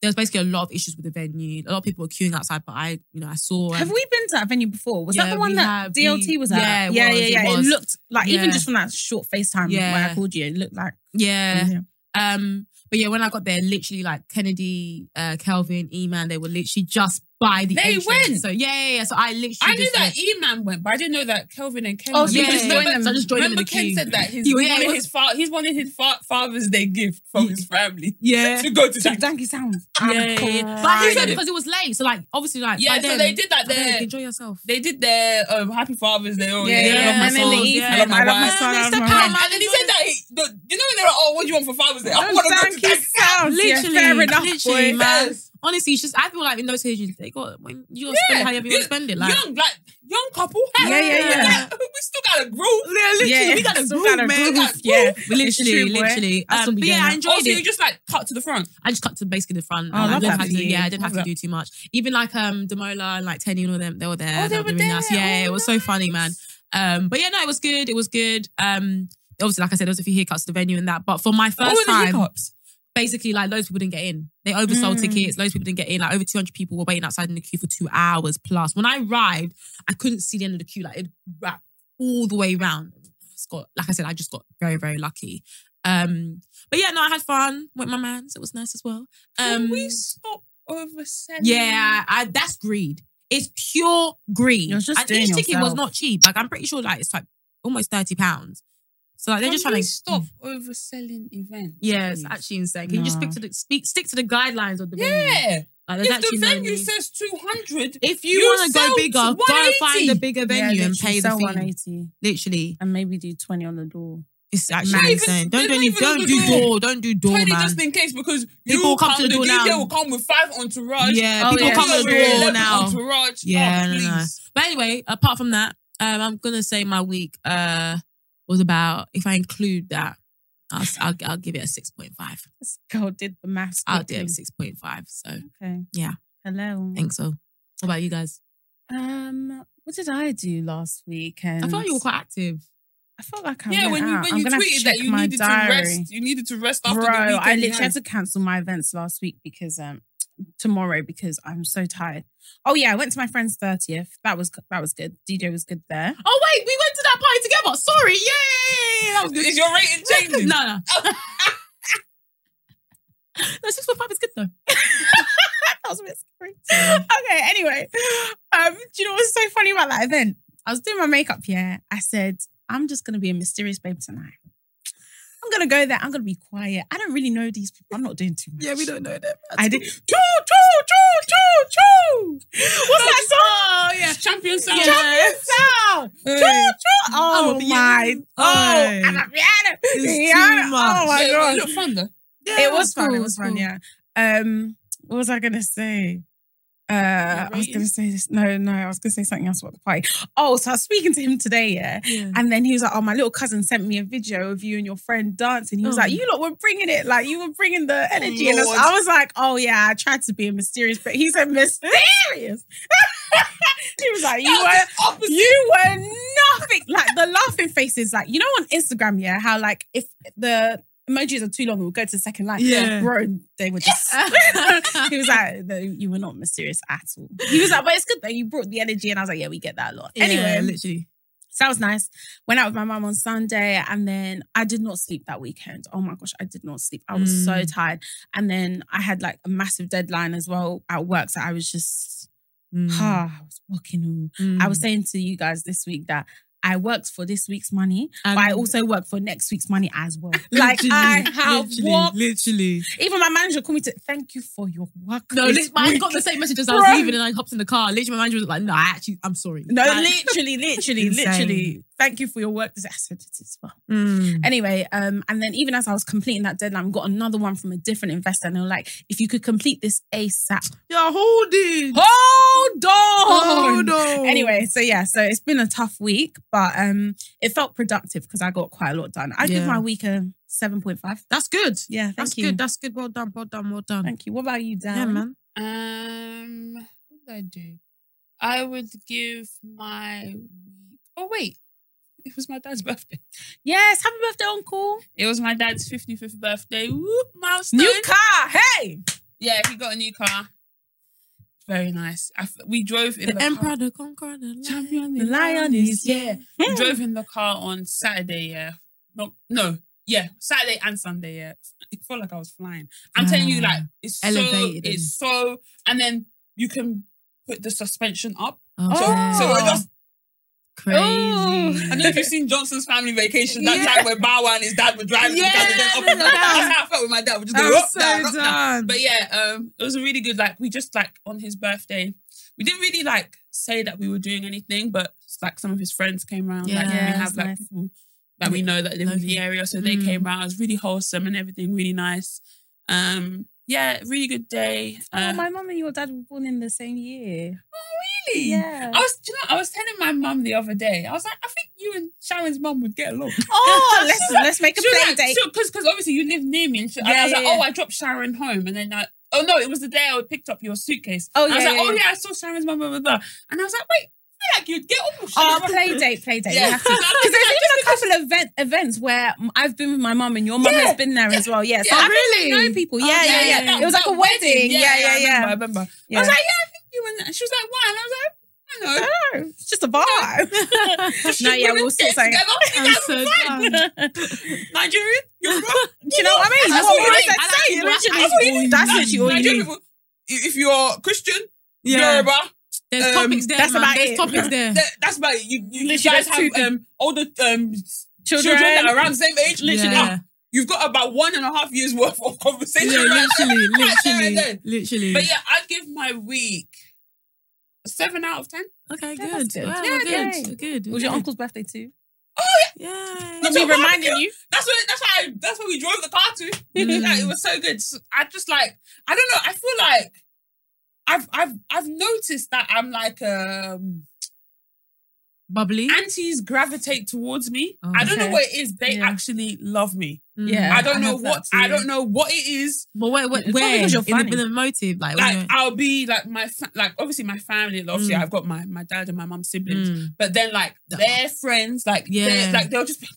there was basically a lot of issues with the venue. A lot of people were queuing outside, but I, you know, I saw.
Have we been to that venue before? Was
Yeah,
that the
we
one that
have.
DLT
We-
was at?
yeah, it
yeah,
was,
yeah,
it
yeah. It,
was.
looked like even
Yeah.
just from that short FaceTime when
Yeah.
I called you, it looked like
Yeah. Um, but yeah, when I got there, literally like Kennedy, uh, Kelvin, E-Man, they were literally just by the
They
entrance.
went.
So yeah, yeah, yeah. So I literally
I knew
just
that
went.
E Man went, but I didn't know that Kelvin and Ken.
Oh,
went.
so you
Because
just
remember-
joined them. So I
just joined them in
remember
the
Ken
queue.
said that his,
Yeah,
he
yeah, it
wanted
was-
his fa- he's wanted his fa- Father's Day gift from his family
Yeah.
to go to
That
that.
donkey sound.
Yeah, yeah, yeah. But he said because it was late. So like obviously like
Yeah,
by
so
then-
they did that
by then,
there.
Enjoy yourself.
They did their um, Happy Father's Day. Oh,
Yeah,
yeah,
yeah,
I love my
and then
sons,
they eat,
I love
and
my
I love my
wife.
son, I love my
And,
wife.
and then he said that, he, the, you know, when they're like, oh, what do you want for Father's Day? I want to go to
donkey
Turkey.
sounds.
Literally,
yeah, fair enough,
literally,
boy.
man. Honestly, it's just I feel like in those occasions they got when you gotta spend however you
you-
wanna spend it. Like
young, like young couple.
Yeah, yeah,
We
yeah.
got- We still got a group.
literally,
Yeah,
we got a
still
groove,
got a
man.
groove, yeah.
We
It's
literally,
true, boy.
literally.
That's
Um,
what we
but yeah,
get
I
at.
enjoyed
Oh, so
it.
you just like cut to the front.
I just cut to basically the front.
Oh,
and I
love
didn't
that
have to,
for you.
yeah, I didn't have
Love
to do too much. Even like um Demola and like Tenny and all them, they were there.
Oh, they were
doing
there.
Nice. Yeah,
Oh,
it was so funny, man. Um, but yeah, no, it was good. It was good. Um, obviously, like I said, there was a few hiccups to the venue and that. But for my first
What were the
time,
hiccups? Hmm.
basically like loads of people didn't get in. They oversold tickets. Loads of people didn't get in. Like over 200 people were waiting outside in the queue for two hours plus. When I arrived, I couldn't see the end of the queue. Like it wrapped all the way around. It's got, like I said, I just got very, very lucky. Um, but yeah, no, I had fun with my man, so it was nice as well. Um,
Can we stop overselling?
yeah, I, that's greed. It's pure greed.
You're just
and each
doing
ticket was
yourself.
not cheap. Like I'm pretty sure, like it's like almost thirty pounds. So like, they're
Can
just trying
we
to
stop overselling events.
Yeah, it's
please?
actually insane. Can you just
No.
stick to the speak, stick to the guidelines of the venue?
Yeah.
Like, there's
If the
actually no
venue
need.
says 200,
if you,
you
want to
sell
go
to
bigger, go
180.
find a bigger venue and pay the
sell
fee.
180
Literally,
and maybe do 20 on the door.
it's actually
Not even-
insane. Don't do
not
any,
even
don't
on
do
the door.
door, don't do door,
20
man.
just in case because you
People come
come,
to the
the,
door
DJ
now.
will come with five entourage.
Yeah,
Oh,
people
yeah.
come to
Sure.
the door
11
now.
Entourage.
Yeah,
oh,
no, no.
please.
But anyway, apart from that, um, I'm gonna say my week uh was about if I include that, I'll I'll, I'll give it a six point five.
This girl did the maths.
I'll do
quickly.
six point five. So I
Okay.
Yeah.
Hello.
think so. What about you guys?
Um, what did I do last weekend?
I feel like you were quite active.
I felt like I
Yeah,
went
when you
out.
when
I'm
you
gonna have
tweeted
to
that
check
you
my
needed to
diary.
rest, you needed to rest after
Bro,
the weekend.
I literally
yeah.
had to cancel my events last week because um tomorrow because I'm so tired. Oh yeah, I went to my friend's 30th. That was that was good. DJ was good there.
Oh wait, we went to that party together. Sorry, yeah, that was good.
Is your rating changing?
No, no. no, six point five is good though.
that was a bit scary. Okay, anyway. Um, do you know what's so funny about that event? I was doing my makeup, yeah. I said, I'm just gonna be a mysterious babe tonight. I'm gonna go there, I'm gonna be quiet. I don't really know these people. I'm not doing too much.
don't know them.
I did choo choo choo choo choo. What's that song?
Oh yeah.
Champion sound.
Champion sound. Choo choo.
I'm
Oh
a piano.
my. Oh,
Hey.
I'm a piano.
It's
Yeah.
too much.
Oh my
yeah,
god.
Look, Thunder.
Yeah,
It was fun.
cool,
It was fun.
cool.
Yeah. Um. What was I gonna say? Uh, I was gonna say this. No, no, I was gonna say something else about the party. Oh, so I was speaking to him today, yeah,
Yeah.
and then he was like, "Oh, my little cousin sent me a video of you and your friend dancing." He was
Oh.
like, "You lot were bringing it, like you were bringing the energy," and I was,
Lord.
I was like, "Oh yeah, I tried to be mysterious," but he said mysterious. he was like, "You
That was
were
the opposite.
you were nothing. Like the laughing faces, like you know on Instagram, yeah, how like if the emojis are too long, we'll go to the second line.
Yeah.
Bro, they were just he was like, no, you were not mysterious at all. He was like, but it's good though. You brought the energy, and I was like, yeah, we get that a lot.
Yeah,
Anyway,
literally.
so that was nice. Went out with my mum on Sunday, and then I did not sleep that weekend. Oh my gosh, I did not sleep. I was so
Mm.
tired, and then I had like a massive deadline as well at work, so I was just,
Mm.
ah, I was walking. all- I was saying to you guys this week that I worked for this week's money, but I also work for next week's money as well. Like I have
literally,
worked.
literally.
Even my manager called me to thank you for your work.
No,
this
literally, I
week."
got the same message as I was
Bro.
leaving, and I hopped in the car. Literally, my manager was like, "No, I actually, I'm sorry."
No,
Like,
literally, literally,
Insane.
literally. Thank you for your work. I said it as well.
Mm.
Anyway, um, and then even as I was completing that deadline, we got another one from a different investor, and they were like, "If you could complete this ASAP."
Yeah, hold it.
Hold on.
Hold on.
Anyway, so yeah, so it's been a tough week, but um, it felt productive because I got quite a lot done. I
Yeah.
give my week a seven point five.
that's good.
Yeah, thank
That's
you.
good. That's good. Well done. Well done. Well done.
Thank you. What about you, Dan?
Yeah, man.
Um, what did I do? I would give my week. Oh wait, it was my dad's birthday.
Yes, happy birthday, Uncle.
It was my dad's fifty-fifth birthday. Woo, milestone.
New car. Hey.
Yeah, he got a new car. Very nice. I f- we drove in the,
The
car-
Emperor, the Conqueror, the Lion.
champion,
The lion is
yeah.
Hmm.
We drove in the car on Saturday. Yeah, no, no, yeah, Saturday and Sunday. Yeah, it felt like I was flying. I'm telling you, like it's so,
Elevated.
it's so, and then you can put the suspension up.
Oh,
So we're just,
crazy.
I don't know if you've seen Johnson's Family Vacation that
Yeah.
time where Bow Wow and his dad were driving. his dad was going up and down. That's how I felt with my dad. We're just going
I'm
up,
so
down, up, down.
done.
But yeah, um, it was a really good. Like we just like on his birthday, we didn't really like say that we were doing anything, but like some of his friends came around. like
Yeah,
we have
that's
like
nice.
people that we know that live in
Lovely.
the area, so they
Mm.
came around. It was really wholesome and everything, really nice. Um, yeah, really good day.
Oh,
Uh,
my mum and your dad were born in the same year.
really?
Yeah.
I was, do you know, I was telling my mum the other day. I was like, I think you and Sharon's mum would get along.
Oh, let's let's make a
She was
play
like,
date.
because because obviously you live near me, and, she, and
Yeah,
I was
yeah,
like,
yeah.
oh, I dropped Sharon home, and then I, oh no, it was the day I picked up your suitcase.
Oh,
And I was
yeah,
like,
yeah,
oh
yeah.
yeah, I saw Sharon's mum, blah blah blah, and I was like, wait, I feel like you'd get on with
Oh,
Sharon.
play date, play date.
Yeah.
We have to. Because there's even a couple of event, events where m- I've been with my mum and your mum
Yeah.
has been there as well. Yeah.
Yeah.
So I
Oh,
really
really?
know people. Yeah, yeah, yeah.
that-
It was like
that
a wedding. Yeah, yeah,
I
yeah.
remember, I remember.
Yeah.
I was like, yeah, I think you and and she was like, why? And I was like. I don't know.
No, it's just a bar. no, yeah, we'll see.
get
Something.
together.
I'm
You guys
so
are fine. Nigerian, you're right.
Do you know what I mean?
That's
That's
what
what
we
I
need.
said,
I
say,
like-
literally.
that's what we need.
That's literally all you
Nigerian
need.
people, if you're Christian,
Yeah.
Yoruba,
There's
Um,
topics there.
that's
man.
about
There's
it.
topics there.
that, that's about it. You, you, you
Literally,
guys
that's
have
two-
um, older um, s-
Children.
that are around the same age.
Literally.
Ah, you've got about one and a half years worth of conversation.
Yeah,
right there.
literally,
Right there and
literally,
then.
literally.
But yeah, I'd give my week a seven out of ten.
Okay,
Yeah, that's
good.
good.
Wow,
Yeah,
good.
okay.
Good.
It was your uncle's birthday too.
Yeah.
Not
me
your
reminding
barbecue.
you.
That's what. That's why. I, that's what we drove the car to.
Mm.
Like, it was so good. So I just like. I don't know. I feel like I've I've I've noticed that I'm like um
Bubbly.
aunties gravitate towards me.
Oh,
I don't know
okay.
what it is. They
Yeah.
actually love me.
Mm.
Yeah.
I don't
I
know
have that
what. I
too.
don't know what it is.
But where? where
It's probably
where?
because you're
In the-
funny.
in the motive, like.
like
when
I'll be like my fa- like obviously my family like, obviously
Mm.
I've got my my dad and my mum's
you're-
siblings
Mm.
but then like their friends like yeah
Yeah.
like they'll just be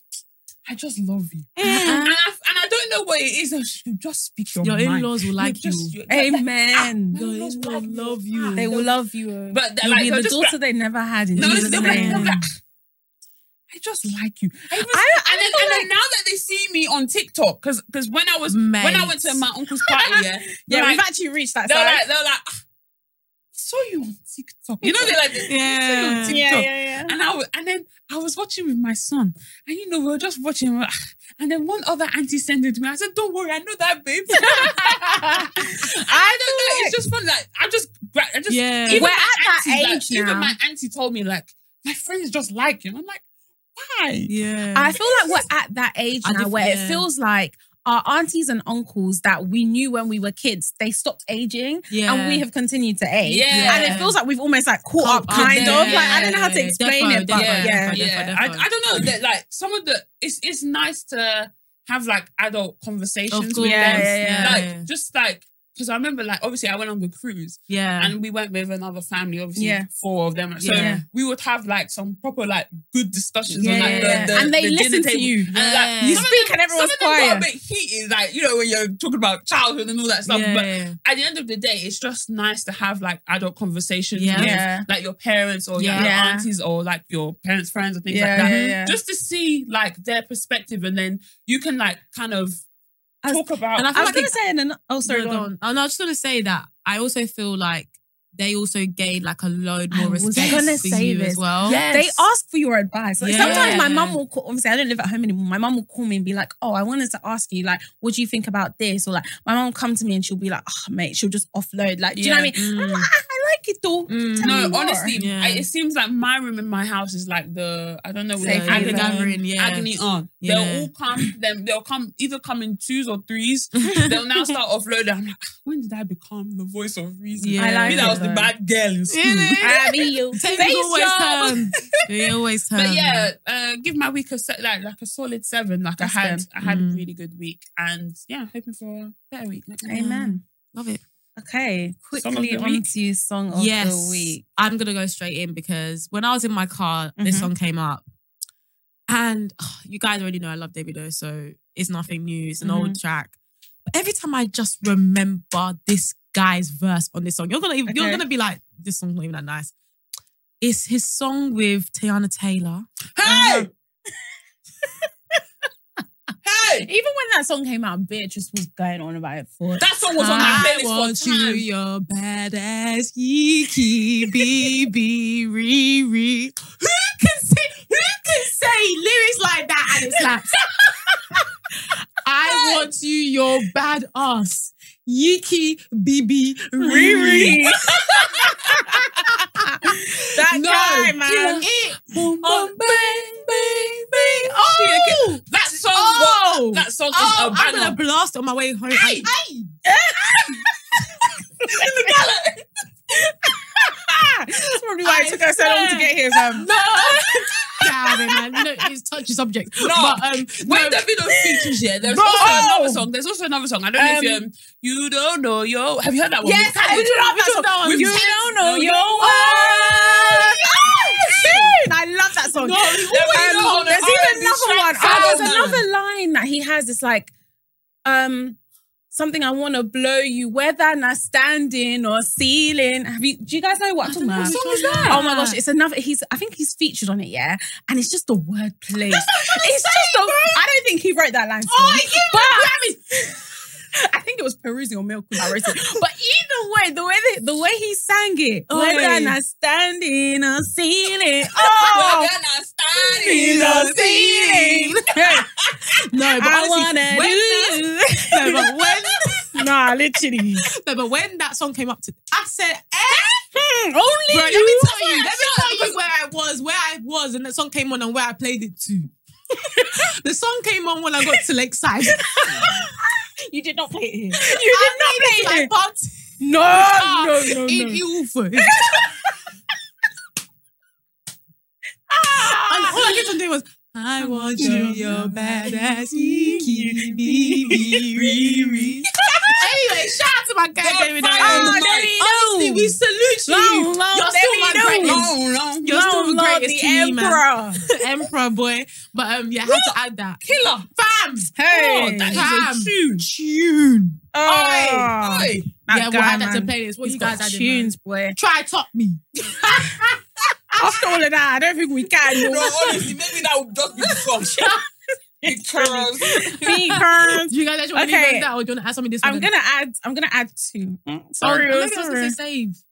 I just love you
Uh-uh.
and, I, and I don't know what it is they'll just- you just speak your,
Your
mind
in-laws will
You
like you.
just- you-
Amen.
My
Your
in-laws
in-laws
like me.
love you.
They will love you. oh.
But they're
You'll
like-
be
they'll
the
just
daughter they never had in
no it's-
Jesus'
they'll be like, they'll be
name.
like, I just like you I even-
I- I
and, then,
feel
and then now that they see me on TikTok because because when I was when I
Mate.
went to my uncle's party yeah
Yeah,
they're
we've
like,
actually reached that
they're
side.
like they're like "Ah, I saw you on TikTok you know they like they-
Yeah.
TikTok.
yeah, yeah, yeah.
And I w- and then I was watching with my son, and you know we were just watching, we were- "Ah." and then one other auntie sent it to me. I said, "Don't worry, I know that, babe." I don't know. It's just fun. Like I just, gra- I just.
Yeah.
even
We're
my
at that
auntie, like,
age now.
Even my auntie told me like my friends just like him. I'm like, why?
Yeah.
I feel like we're at that age
I
now
def-
where
yeah.
it feels like our aunties and uncles that we knew when we were kids, they stopped aging
Yeah.
and we have continued to age.
Yeah.
And it feels like we've almost like caught up,
up,
kind
yeah.
of. Like I don't know how to explain
Defo,
it, but
defo,
yeah.
defo.
yeah. I, I don't know. That like some of the it's it's nice to have like adult conversations
Of course.
with
Yeah,
them.
yeah,
Like
yeah.
just like because I remember like obviously I went on the cruise
yeah.
and we went with another family, obviously
Yeah.
four of them. So
Yeah.
we would have like some proper like good discussions
Yeah,
on like
yeah,
the,
yeah.
the-
And they
the dinner
listen to
table.
you.
And,
Yeah.
like,
You
some of
speak
them-
and
some
everyone's
of them got
quiet.
a bit heated, like you know when you're talking about childhood and all that stuff.
yeah.
But at the end of the day, it's just nice to have like adult conversations
Yeah.
with
Yeah.
like your parents or your
Yeah.
aunties or like your parents' friends or things
Yeah,
like that.
yeah, yeah.
Just to see like their perspective and then you can like kind of
I was-
talk about
and I
I
feel
was
like
gonna say in an oh sorry,
No,
go
go
on.
on. Oh, no, I was just gonna say that I also feel like they also gain like a load
I
more
was
respect
gonna
for
say
you
this.
as well.
Yes.
They ask for your advice. Like
Yeah.
sometimes my
Yeah.
mum will call, obviously I don't live at home anymore. My mum will call me and be like, Oh, I wanted to ask you, like, what do you think about this? Or like my mum will come to me and she'll be like, Oh mate, she'll just offload. Like, do you know what I mean?
Mm.
I'm like, "Ah, I like it though.
Mm.
Tell me
no,
more."
honestly,
Yeah.
I, it seems like my room in my house is like the I don't know
So
what
Safe
yeah,
haven.
agony,
gathering, yeah.
agony on.
Yeah.
They'll all come, then they'll come either come in twos or threes. They'll now start offloading. I'm like, "Ah, when did I become the voice of reason?
Yeah.
I like
Me that
it
was the
though.
bad girl in school.
I be you.
Tables always
y'all.
turned. They always turn.
But yeah, uh, give my week a se- like like a solid seven. Like
That's
I had,
good.
I had
Mm.
a really good week, and yeah, hoping for a better week. next week.
Amen.
love it.
Okay,
Song of
quickly
the
on
week?
to song of
yes,
the week.
I'm gonna go straight in because when I was in my car, this
Mhm.
song came up, and oh, you guys already know I love Davido, so it's nothing new. It's an
Mm-hmm.
old track. But every time I just remember this guy's verse on this song, you're gonna you're
Okay.
gonna be like, this song's not even that nice. It's his song with Tiana Taylor.
Hey, Hey!
Even when that song came out, Beatrice was going on about it for
That song was on my
I
playlist
want
for
you,
time.
your badass geeky BB Riri. Who can say who can say lyrics like that and it slaps? I want you, your badass Yiki BB Riri.
that guy, man.
It,
Boom,
oh,
boom.
bang, bang, bang. Oh,
That song,
oh,
was, that song
oh,
is a
I'm
banger.
gonna blast on my way home. Hey, hey.
That's probably why it took us so long to get here, fam.
No. Damn it, man. No, it's touchy subject. No. But, um,
When
no.
Davido features, yeah, there's
Bro.
also another song. There's also another song. I don't know if you, um, you don't know yo. Have you heard that one?
Yes,
We've-
I do love that
we've-
song.
we've-
You
we've-
don't know your I love that song.
No, he always
Um,
on an
there's
R&B
even another
track
one.
album.
Oh, there's another line that he has. It's like, um, something I want to blow you, whether I'm not standing or ceiling. Have you? Do you guys know what I'm talking about?
What song is that?
Oh my gosh, it's another. He's. I think he's featured on it. Yeah, and it's just the word play. It's just. A, I don't think he wrote that line. Oh, I think it was perusing or milk when I wrote it. But either way, the way they, the way he sang it,
Oh,
whether
yeah.
I'm not standing or ceiling. Oh,
We're gonna start it.
No, but
I
honestly, when
wanna
that, no, but when,
do. Nah, literally.
no, but when that song came up to, I said, "Eh!"
Hmm, only
Bro, let me
you.
tell you, let me tell you where I was, where I was, and the song came on and where I played it to. the song came on when I got to Lakeside.
You did not play it here. ah, You did
I
not play it
played
here.
it part
No, no, no, no.
in Ilford.
Ah,
And all I kept on doing was, I want you, your badass, Iki, Bibi, Riri. Anyway, shout out to my guy,
Don't
David.
fight
Owen.
the
ah, mic.
Honestly, we salute you.
Long, long,
You're still my
David Owen.
greatest.
Long, long.
You're still
Long
the
Lord,
greatest
the
to me, man.
emperor.
Emperor boy. But um, yeah, I had to add that. Killer. Fam.
Hey.
Oh, that is
Fam.
a tune. Tune.
Oh,
Oi, oi.
that
yeah,
guy,
we'll add that to
man.
playlist. What
He's
you guys
got
added,
tunes, boy. Ah.
man? Try top me.
After all of that, I don't think we can.
Bro, honestly, maybe that would just be the song. Because
Because
Do you guys actually want to
Okay.
leave it at that or do you want to add something this
I'm
one?
gonna add. I'm gonna add two. Mm,
Oh,
Sorry,
maybe I
oh,
was
sorry.
gonna say save.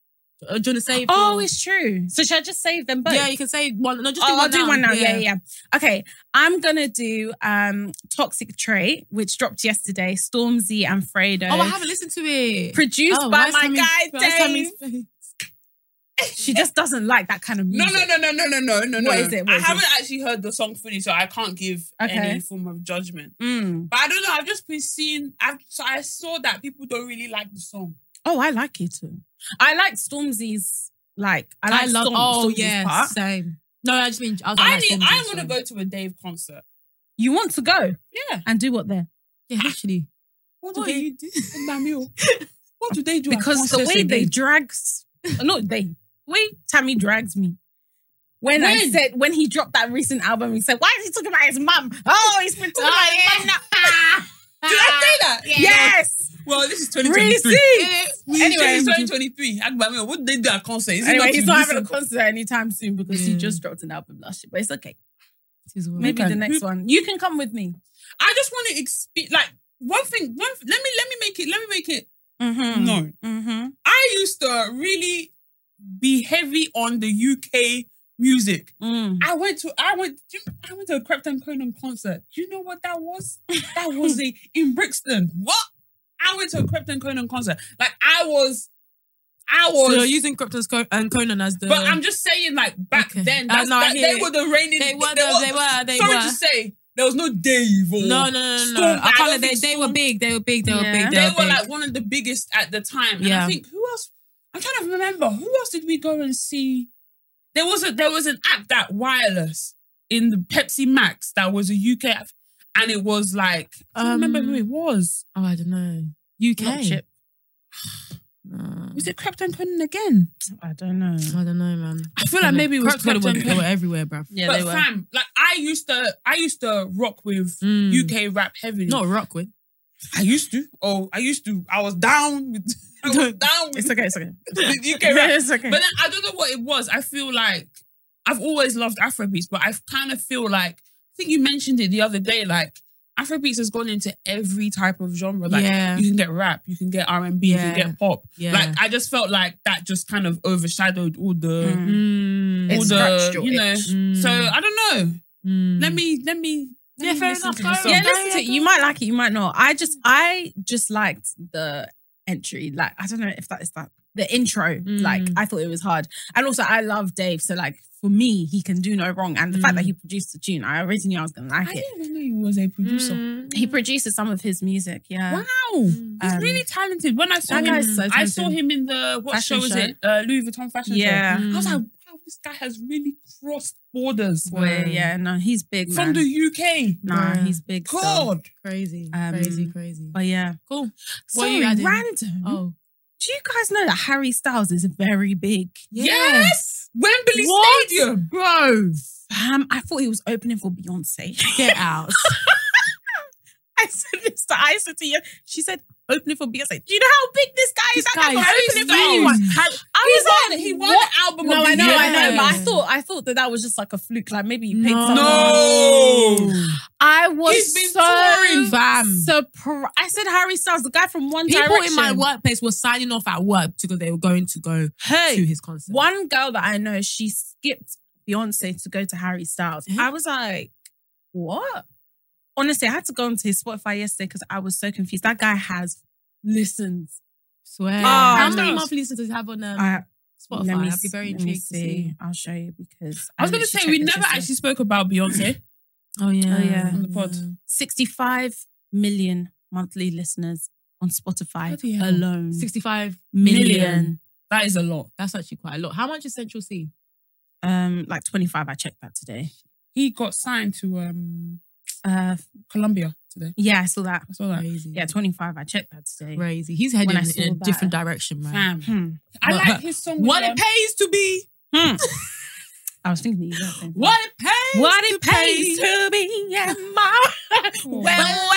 Uh, do you want to save?
oh,
or-
it's true. So should I just save them both?
yeah, you can save one. No, just do
Oh,
one
I'll do
now.
one now. Yeah. yeah, yeah. Okay, I'm gonna do um toxic trait, which dropped yesterday. Stormzy and Fredo,
Oh, I haven't listened to it.
produced
Oh,
by
Wise
my
Time in-
guy
Wise Time
Dave.
in Space.
She just doesn't like that kind of
no,
music.
no, no, no, no, no, no, no.
What is it? What
I
is it?
haven't actually heard the song fully, so I can't give
Okay.
any form of judgment.
Mm.
But I don't know. I've just been seeing. I've, so I saw that people don't really like the song.
Oh, I like it too. I like Stormzy's. Like I like
I love.
Storm,
oh,
Stormzy's
yeah,
part.
same. No, I just mean I, was like,
I
like
need,
Stormzy,
I want to
so-
go to a Dave concert.
You want to go
Yeah.
and do what there?
Yeah, literally.
What
What are you
doing? oh. What do they do? at
because the
concerts
way they
again?
drags, no, they wait. Tammy drags me. When, I
When?
said when he dropped that recent album, he said, "Why is he talking about his mum? Oh, he's been talking about his mum now."
Did I say that?
yes,
Well, this Ah. is Eh,
receipt.
Anyway,
Anyway,
it's 2023. Agbamil, what did they do at concert? Is it
anyway,
not
he's
to
not
listen?
having a concert anytime soon because he
Yeah.
just dropped an album last year. But it's okay.
Oh
Maybe
Maybe the next one. You can come with me.
I just want to experience. Like one thing. One. th- Let me. Let me make it. Let me make it.
Mm-hmm.
No.
Mm-hmm.
I used to really be heavy on the UK music.
Mm.
I went to I went do you- I went to a Crepton Conan concert. Do you know what that was? That was a in Brixton. What? I went to a Crepton Conan concert. Like I was, I
So
was.
you're using Krypton's Co- and Conan as the.
but I'm just saying, like back
Mm. Okay.
then,
I
that's,
know, I
that,
hear
they
it.
were the reigning.
They were.
they
the- They were. They
sorry
were.
to say, there was no Dave. Or,
No, no, no, no.
Storm,
I
I
can't.
don't
let- They,
think
they were
Storm-
big. They were big. They were
Yeah.
big. They,
they
were
were
big.
like one of the biggest at the time. And
Yeah.
I think who else? I'm trying to remember who else did we go and see? There was a there was an app that wireless in the Pepsi Max that was a UK app, and it was like I don't remember who
Um,
it was.
Oh, I don't know.
Not
UK.
chip.
No.
Was it Crepton Conan again?
I don't know.
I don't know, man.
I feel like maybe it was
Krypton were,
Crepton
they were
Conan.
everywhere, bruv.
Yeah,
but
they were.
fam, like I used to, I used to rock with
Mm.
UK rap heavily.
Not Rockwood.
I used to. Oh, I used to. I was down with. I was down
It's
with
okay. It's okay.
UK rap.
it's okay.
But then I don't know what it was. I feel like I've always loved Afrobeats, but I kind of feel like I think you mentioned it the other day. Like Afrobeats has gone into every type of genre. Like
Yeah.
you can get rap, you can get R and B, you can
Yeah.
get pop.
Yeah.
Like I just felt like that just kind of overshadowed all the
Mm.
all
It's
the
scratched your
you know.
itch.
Mm.
So I don't know.
Mm.
Let me let me. let
Yeah,
me
fair
listen
enough.
to
Go
the
on.
song.
yeah,
Yeah,
listen to it.
yeah,
You might like it, you might not. I just I just liked the entry. Like, I don't know if that is that the intro. Like,
Mm.
I thought it was hard. And also I love Dave. So like for me, he can do no wrong. And the fact that he produced the tune, I already knew I was gonna like
I
it.
didn't even know you was a producer. Oh.
Mm.
He produces some of his music, yeah.
Wow,
Mm.
he's
Um,
really talented. When I saw
that
him,
guy's so
I saw
talented.
him in the what
Fashion
show is
show.
it? Uh, Louis Vuitton fashion
Yeah.
show. I was
Mm.
like, wow, this guy has really crossed borders
Well, yeah, no, he's big.
from
man.
the UK.
Nah,
Yeah.
he's big. still.
God,
Crazy,
Um,
crazy, crazy.
But yeah.
Cool.
So
What are you adding?
random.
Oh,
Do you guys know that Harry Styles is very big?
yes, Wembley
What?
Stadium.
Bro. Fam, Um, I thought he was opening for Beyonce.
Get out.
I said this to Isa to you. She said, opening for Beyonce. Do you know how big this guy is?
This
That
guy
guy's
is
opening for
huge.
anyone. I was
won-
like,
he won
what?
the album
No,
of
I
the
know,
year.
I know. But I
Yeah.
thought I thought that that was just like a fluke. Like maybe you paid
No.
someone. Oh.
No.
I was
He's been
so
touring,
fam.
surprised. I said Harry Styles, the guy from One
People
Direction.
in my workplace were signing off at work because they were going to go to
Hey,
his concert.
one girl that I know, she skipped Beyonce to go to Harry Styles.
Eh?
I was like, what? Honestly, I had to go onto his Spotify yesterday because I was so confused. That guy has listens.
Swear.
Oh,
How many
Ah, no.
monthly listeners does he have on um,
I,
Spotify?
Let me
I'd be very
let me
intrigued to see.
I'll show you because
I was going to say we never actually spoke about Beyonce.
Oh yeah.
yeah.
On the pod.
65 million monthly listeners on Spotify
Bloody hell.
alone.
65
million.
million.
That is a lot.
That's actually quite a lot. How much is Central C?
Um, like 25. I checked that today.
He got signed to um
Uh,
Columbia today.
yeah, I saw that.
I saw that.
Crazy.
Yeah, 25. I checked that today.
Crazy. He's heading
When I
in a
saw that.
different direction, man.
Fam.
Hmm.
I
What-
like his song.
What
with,
it pays to be.
I was thinking that you weren't saying-
What it pays.
What it
to
pays
pay.
to be a mom.
um,
Well,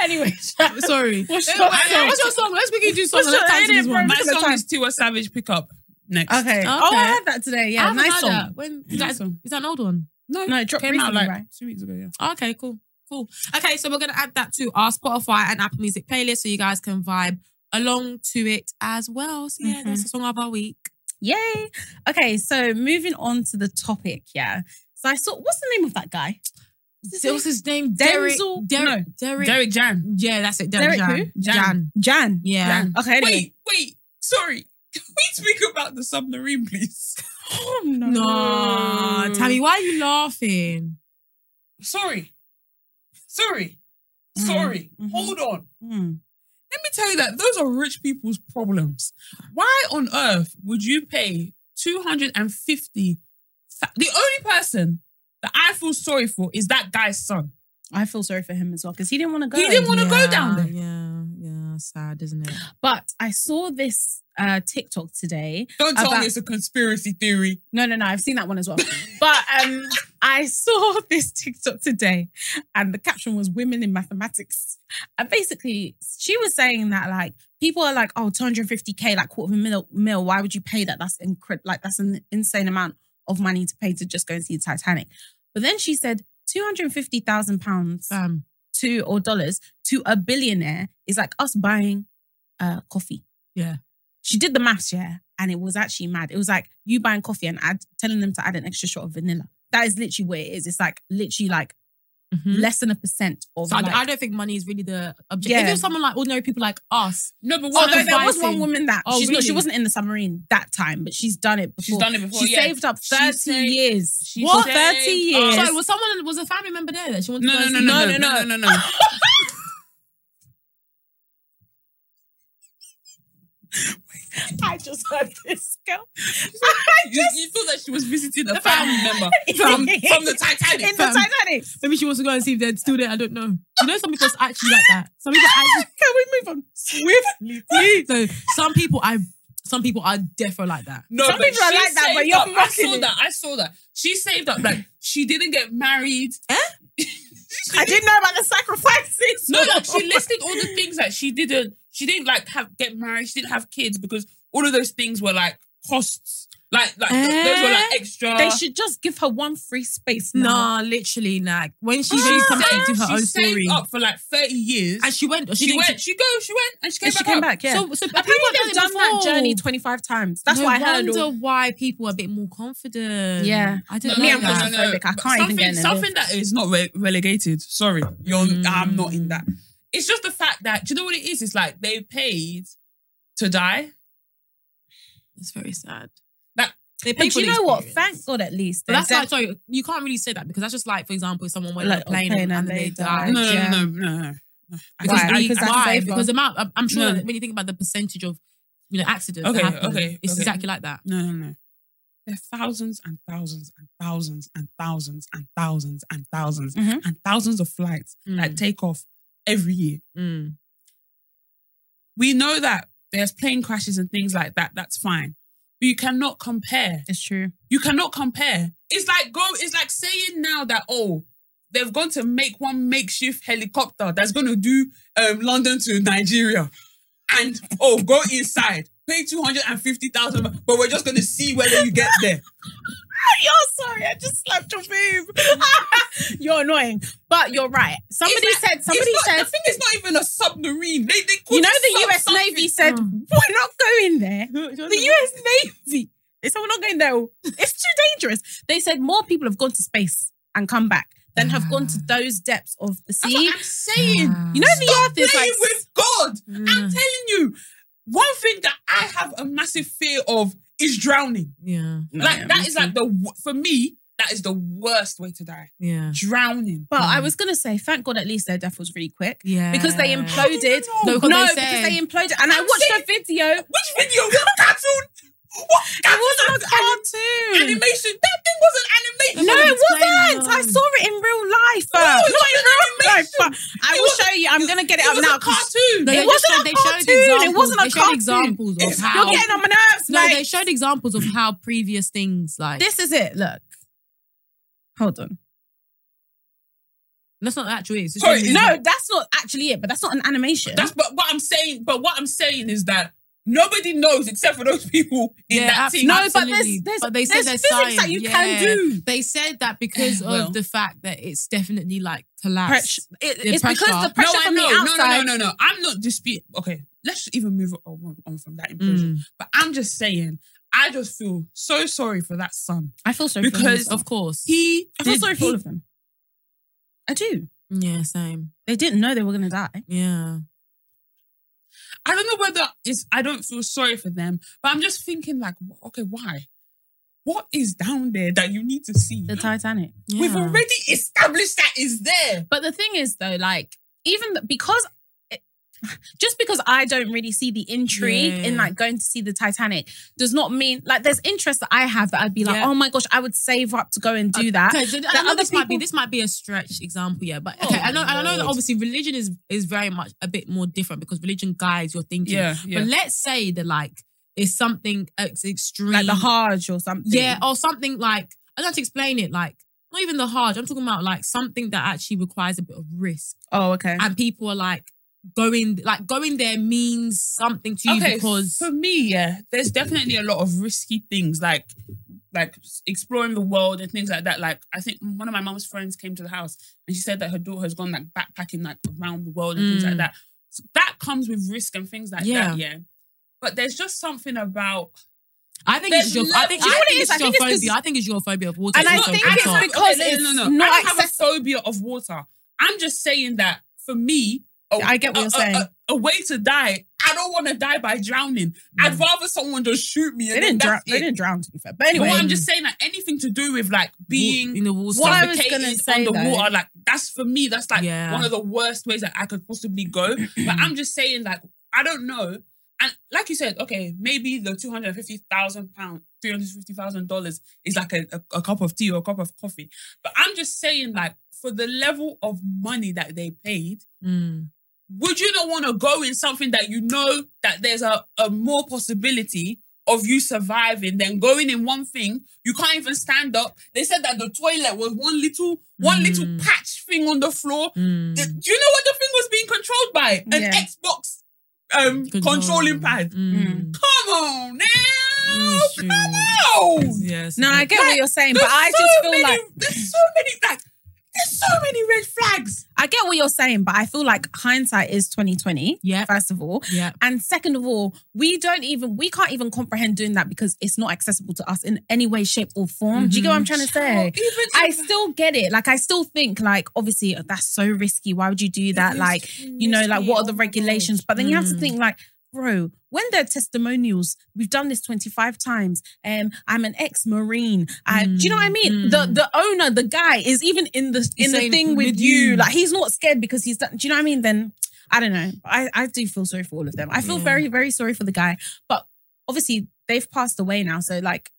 anyway,
Sorry.
What's
Hey,
your
what-
song?
What's your song? Let's begin your song.
What's your-
Let's
it
answer this
is
one.
from-
My
I'm just gonna
song
try-
is Tiwa Savage Pick Up next.
okay. Oh, I
Okay.
had that today.
I
Yeah,
haven't
nice
heard
song.
that. When, is, that,
Nice song.
is that an old one?
No,
No, it dropped
came out
recently,
like
right?
two weeks ago. Yeah.
Okay, cool. Cool. Okay, so we're going to add that to our Spotify and Apple Music playlist so you guys can vibe along to it as well. So, yeah, that's the song of our week.
Yay. Okay, so moving on to the topic, yeah. So I saw what's the name of that guy? What's his
What's his name? Derek.
Denzel-
Derek. Derek.
Derek Jan.
Yeah, that's it.
Derek
Derek, Jan.
who?
Jan.
name? Jan.
Yeah.
Jan.
Okay, anyway.
Wait, wait. Sorry. Can we speak about the submarine, please?
Oh, no.
No, Tammy, why are you laughing?
Sorry. Sorry.
Mhm.
Sorry.
Mhm.
Hold on.
Mm.
Let me tell you that those are rich people's problems. Why on earth would you pay 250? The only person that I feel sorry for is that guy's son.
I feel sorry for him as well because he didn't want to go.
He didn't wanna go
Yeah,
down there.
Yeah, yeah, sad, isn't it?
But I saw this uh, TikTok today.
Don't tell
About-
me it's a conspiracy theory.
No, no, no. I've seen that one as well. but um, I saw this TikTok today, and the caption was "Women in Mathematics." And basically, she was saying that like people are like, "Oh, 250k, like quarter of a mil. mil why would you pay that? That's incredible. Like that's an insane amount of money to pay to just go and see the Titanic." But then she said, 250,000 pounds
Bam.
to or dollars to a billionaire is like us buying uh coffee.
Yeah.
She did the maths, yeah, and it was actually mad. It was like you buying coffee and add telling them to add an extra shot of vanilla. That is literally what it is. It's like literally like
Hmm?
Mhm.
less than a percent of
So I,
like-
I don't think money is really the object. If
Yeah.
you're someone like ordinary people like us,
No, but
Although Oh, there was
sacrificing.
one woman that
Oh,
she's not, she
really?
wasn't in the submarine that time, but she's done it before.
She's done it before,
She
yeah.
saved up
She
thirty
saved-
years.
she
for
saved
thirty
up-
years.
Oh. sorry, was someone was a family member there that she wanted
No,
to go
no,
and
no, no, no,
see?
no, no, no, no.
I just heard this girl
You, you thought that she was visiting a
Fam.
family member from, from the Titanic.
in the
fam.
Titanic.
Maybe she wants to go and see if they're still there. I don't know. You know, some people's actually like that. Some people actually.
Can we move on swiftly, please?
So some people, I some people are defo like that.
No,
Some
but
people are
she
like that, but
saved
you're
up. I
fucking
saw
it.
that. I saw that. She saved up. Like she didn't get married.
I didn't know about the sacrifices.
No, like she listed all the things that she didn't. She didn't like have get married. She didn't have kids because all of those things were like costs Like, like th- those were like
Eh?
extra.
They should just give her one free space. Now.
Nah, literally, like when she
She
really comes
saved-
out to do her
she
own
saved
story,
up for like thirty years.
and she went, she,
she
didn't-
went. She go. She went, and she came
And
back.
she came
up.
back, yeah.
So, so people
Apparently
have
they've
done
done
it
that
before.
journey 25 times. That's
no
why I heard.
wonder
all-
why people are a bit more confident.
Yeah.
I don't
No, me,
know.
I'm
that.
confident. claustrophobic. I
but
can't even
something,
get in the
something that is not re- relegated. Sorry, you're. I'm not in
Mm.
that. It's just the fact that do you know what it is? It's like they paid to die.
It's very sad.
That-
they pay
But
for
you
the
know what?
experience.
Thank God at least.
But that's
they're
like, sorry, you can't really say that because that's just like, for example, if someone went
Like,
on a plane, and, and then they died.
Right,
No, no,
yeah.
no, no, no.
Because,
Why?
we-
Because that's
why?
safer.
Because the amount, I'm- I'm sure
No.
that when you think about the percentage of, you know, accidents
Okay,
that happen,
okay,
it's
okay.
exactly like that.
No, no, no. There are thousands and thousands and thousands and thousands and thousands and 1000s
Mhm.
and thousands of flights
Mm.
that take off every year.
Mm.
We know that there's plane crashes and things like that. That's fine. But you cannot compare.
It's true.
You cannot compare. It's like go, it's like saying now that, oh, they've gone to make one makeshift helicopter that's gonna do um London to Nigeria. And oh, go inside, pay 250,000, but we're just gonna see whether you get there.
You're sorry. I just slapped your boob. you're annoying, but you're right. Somebody
It's like-
said. Somebody
it's not,
said.
I think it's not even a submarine. They, they call
You know,
it
the
sub-
US
something.
Navy said
Mm.
we're not going there. The US Navy. They said we're not going there. Oh, It's too dangerous. They said more people have gone to space and come back than have gone to those depths of the
Ah. That's
sea.
what I'm saying.
You know, the Earth is
Playing
Ah. like Mm.
with God. I'm telling you, one thing that I have a massive fear of is drowning.
Yeah,
like that is like the wo- for me that is the worst way to die.
yeah,
Drowning.
But I was gonna say, thank God at least their death was really quick.
yeah.
Because they imploded.
No,
No,
because they
because
said-
they imploded. And I
I'm
watched
saying-
the video.
Which video? What cartoon? What cartoon?
It was a
An-
cartoon.
animation. That thing was an animation.
No,
Someone
it
explain
wasn't. I
them.
saw it in real life. uh,
No, it
not
was
in
an
real life. uh,
animation.
I
It
will
was-
show you. I'm gonna get it,
It
up
was
now.
a
'cause
cartoon.
No,
It
they
wasn't
just
a
showed, they showed
cartoon. It
examples.
wasn't a
they showed
cartoon.
examples of
It's-
how.
You're getting on my nerves.
no,
like,
they showed examples of how previous things like
This is it. Look. Hold on.
That's not the actual. It's just
Sorry,
really-
No, that's not actually it, but that's not an animation.
That's but what I'm saying. But what I'm saying is that nobody knows except for those people in
Yeah,
that
abs-
team.
no, but
absolutely.
there's there's,
But they said
there's
there's
physics
science,
that you can
yeah.
do.
They said that because
Well.
of the fact that it's definitely like
Pressure.
collapsed.
It,
The
it's because
pressure.
the pressure
no, I
from the
know. No,
outside.
no, no, no, no. I'm not disputing. Okay, let's even move on, on from that implosion.
Mm.
But I'm just saying, I just feel so sorry for that son
I feel sorry for
because
them.
Of course.
he.
I feel
did-
sorry for
he-
all of them. I do.
yeah, same.
They didn't know they were gonna die.
Yeah.
I don't know whether it's. I don't feel sorry for them, but I'm just thinking like, wh- okay, why? What is down there that you need to see?
The Titanic.
We've
Yeah.
already established that is there.
But the thing is, though, like even th- because it- just because I don't really see the intrigue in
Yeah.
like going to see the Titanic does not mean like there's interest that I have that I'd be like,
Yeah.
oh my gosh, I would save up to go and do that.
Okay, so
That
I know
other
this might be
people-
this might be a stretch example, yeah. But
Oh,
okay, I know I know that
Lord.
obviously religion is is very much a bit more different because religion guides your thinking. But let's say that like it's something ex- extreme,
Like the Hajj or something.
yeah, or something like I don't have to explain it. Like not even the hard. I'm talking about like something that actually requires a bit of risk,
Oh, okay.
and people are like going like going there means something to you
okay,
because
for me, yeah, there's definitely a lot of risky things like like exploring the world and things like that. Like I think one of my mom's friends came to the house and she said that her daughter has gone like backpacking like around the world and things like
Mm.
that. So that comes with risk and things like
Yeah.
that, yeah. But there's just something about
I think it's your
There's
I
no-
think,
Do you know
I
what
think
it is?
it's
I
your
think it's 'cause-
phobia. I think it's your phobia of water.
And I
It's
think
your
it's
phobia.
because- it's not
I don't have a
accessible.
phobia of water. I'm just saying that for me, a-
I get what
a-
you're
a-
saying.
A, a way to die. I don't want to die by drowning. I'd rather someone just shoot me. And
Mm. they
then
didn't drown.
that's
They
it.
didn't drown to be fair. But anyway,
But what I'm just saying that anything to do with like being
in the water.
What I was
suffocated
gonna say,
on the
though-
water, like that's for me, that's like
Yeah.
one of the worst ways that I could possibly go. but I'm just saying, like, I don't know. And like you said, okay, maybe the two hundred fifty thousand pound, three hundred fifty thousand dollars is like a, a, a cup of tea or a cup of coffee. But I'm just saying, like, for the level of money that they paid,
Mm.
would you not want to go in something that you know that there's a, a more possibility of you surviving than going in one thing you can't even stand up they said that the toilet was one little one little
Mm.
patch thing on the floor
Mm.
The- do you know what the thing was being controlled by an
Yeah.
xbox um
Control.
controlling pad
Mm.
come on now Oh,
true.
no!
Yes.
No, I get what you're saying, but
There's
I
so
just feel
many-
like
there's so many like there's so many red flags.
I get what you're saying, but I feel like hindsight is 2020.
Yeah.
First of all.
Yeah.
And second of all, we don't even we can't even comprehend doing that because it's not accessible to us in any way, shape, or form. Do you get what I'm trying to say?
Even
I
if-
still get it. Like I still think like obviously that's so risky. Why would you do that?
is
Like you know, like
risky.
what are
Oh
the
my
regulations? But then you have to
Mm.
think like, bro, when they're testimonials, we've done this 25 times. Um, I'm an ex-marine. I do you know what I mean?
Mm.
The the owner, the guy, is even in the in the
saying,
thing with,
"With
you.
you."
Like he's not scared because he's done. Do you know what I mean? Then I don't know. I, I do feel sorry for all of them. I feel
Yeah.
very, very sorry for the guy. But obviously they've passed away now. So like,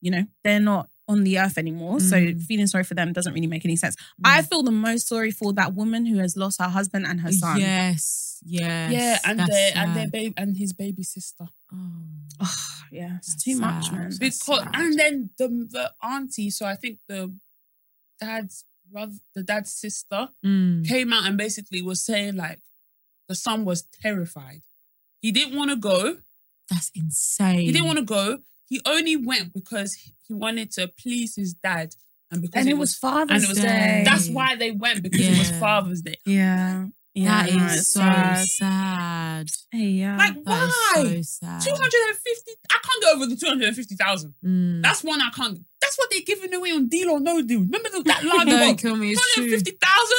you know, they're not on the earth anymore. So
Mm.
feeling sorry for them doesn't really make any sense. I feel the most sorry for that woman who has lost her husband and her son.
Yes. Yes.
yeah, and
that's
their and their
sad.
baby and his baby sister.
Oh.
Oh, yeah, it's
That's
too much,
sad.
man.
That's
because
sad.
and then the the auntie, so I think the dad's brother, the dad's sister
Mm.
came out and basically was saying like the son was terrified. He didn't want to go.
That's insane.
He didn't want to go. He only went because he wanted to please his dad and because
And it was Father's
and it was-
Day.
That's why they went because it was
Yeah.
Father's Day.
Yeah, yeah,
That is
no, it's
so
sad.
sad.
Hey, yeah.
Like
That is
why?
so sad.
Two hundred and fifty. I can't get over the two hundred and fifty thousand.
Mm.
That's one I can't. That's what they're giving away on Deal or No Deal. Remember the, that line?
Don't
about
kill me. It's true.
250,000?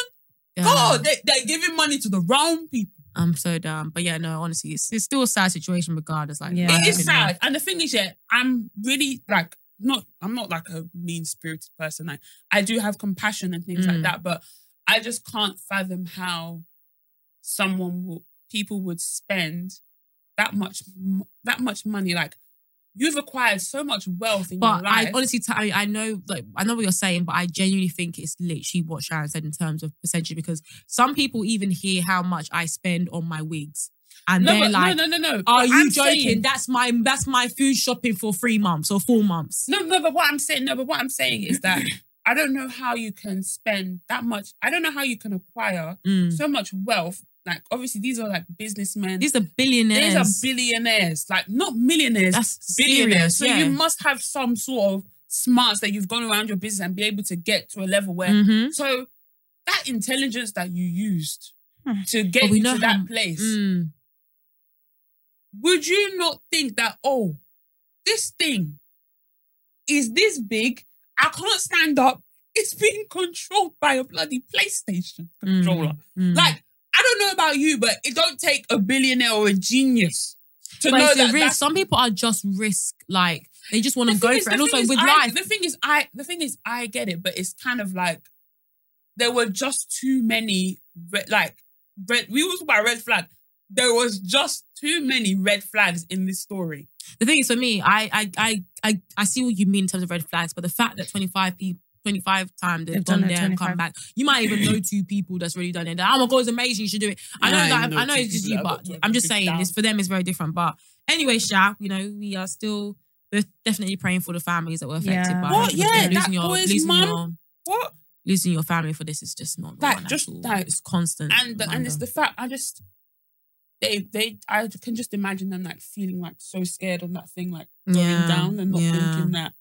Yeah.
God, they, they're giving money to the wrong people.
I'm so dumb. But yeah, no, honestly, it's, it's still a sad situation regardless. Like,
Yeah.
I
It is
don't know.
sad. And the thing is, yeah, I'm really like, not, I'm not like a mean spirited person. Like, I do have compassion and things like
Mm.
that, but I just can't fathom how someone will, people would spend that much, m- that much money. Like, you've acquired so much wealth in your
But
life.
I honestly, t- I I know, like, I know what you're saying, but I genuinely think it's literally what Sharon said in terms of percentage because some people even hear how much I spend on my wigs, and
no,
they're
but,
like,
no, no, no, no.
"Are
But
you
I'm
joking?
saying-
that's my that's my food shopping for three months or four months."
No, no, but what I'm saying, no, but what I'm saying is that I don't know how you can spend that much. I don't know how you can acquire
Mm.
so much wealth. Like, obviously, these are like businessmen.
These are
These
billionaires.
are billionaires, like not millionaires,
That's
billionaires.
serious,
So
yeah.
you must have some sort of smarts that you've gone around your business and be able to get to a level where.
Mhm.
So that intelligence that you used
Hmm.
to
But
get
we
you
know
to
how-
that place,
Mm.
would you not think that oh this thing is this big i can't stand up it's being controlled by a bloody playstation
Mm.
controller
Mm.
like i don't know about you but it don't take a billionaire or a genius to
but
know
it's a
that
risk.
that's-
Some people are just risk, like they just want
The
to go
thing is-
for it.
the
And
thing
also
is,
with
I-
life,
the thing is i the thing is i get it but it's kind of like there were just too many red, like red we was about red flag there was just too many red flags in this story
the thing is for me, I I I I, I see what you mean in terms of red flags, but the fact that 25 people 25 times they've,
They've done
gone
it
there and come
25.
back. You might even know two people that's really done it. Oh my god, it's amazing, you should do it. I know
Nah,
that
you
I
know
know
two
it's just you,
people that
but
have got
I'm just
25
saying this
down.
for them is very different. But anyway, Sha, you know, we are still we're definitely praying for the families that were affected
Yeah.
by
What?
it.
Yeah,
losing
that
your
boy's
losing
mum-
your
What?
losing your family for this is just not the
Like,
one
just
at all.
like-
it's constant.
and the, and it's
reminder.
the fact I just they they I can just imagine them like feeling like so scared on that thing like going
Yeah,
down and not
yeah.
thinking that.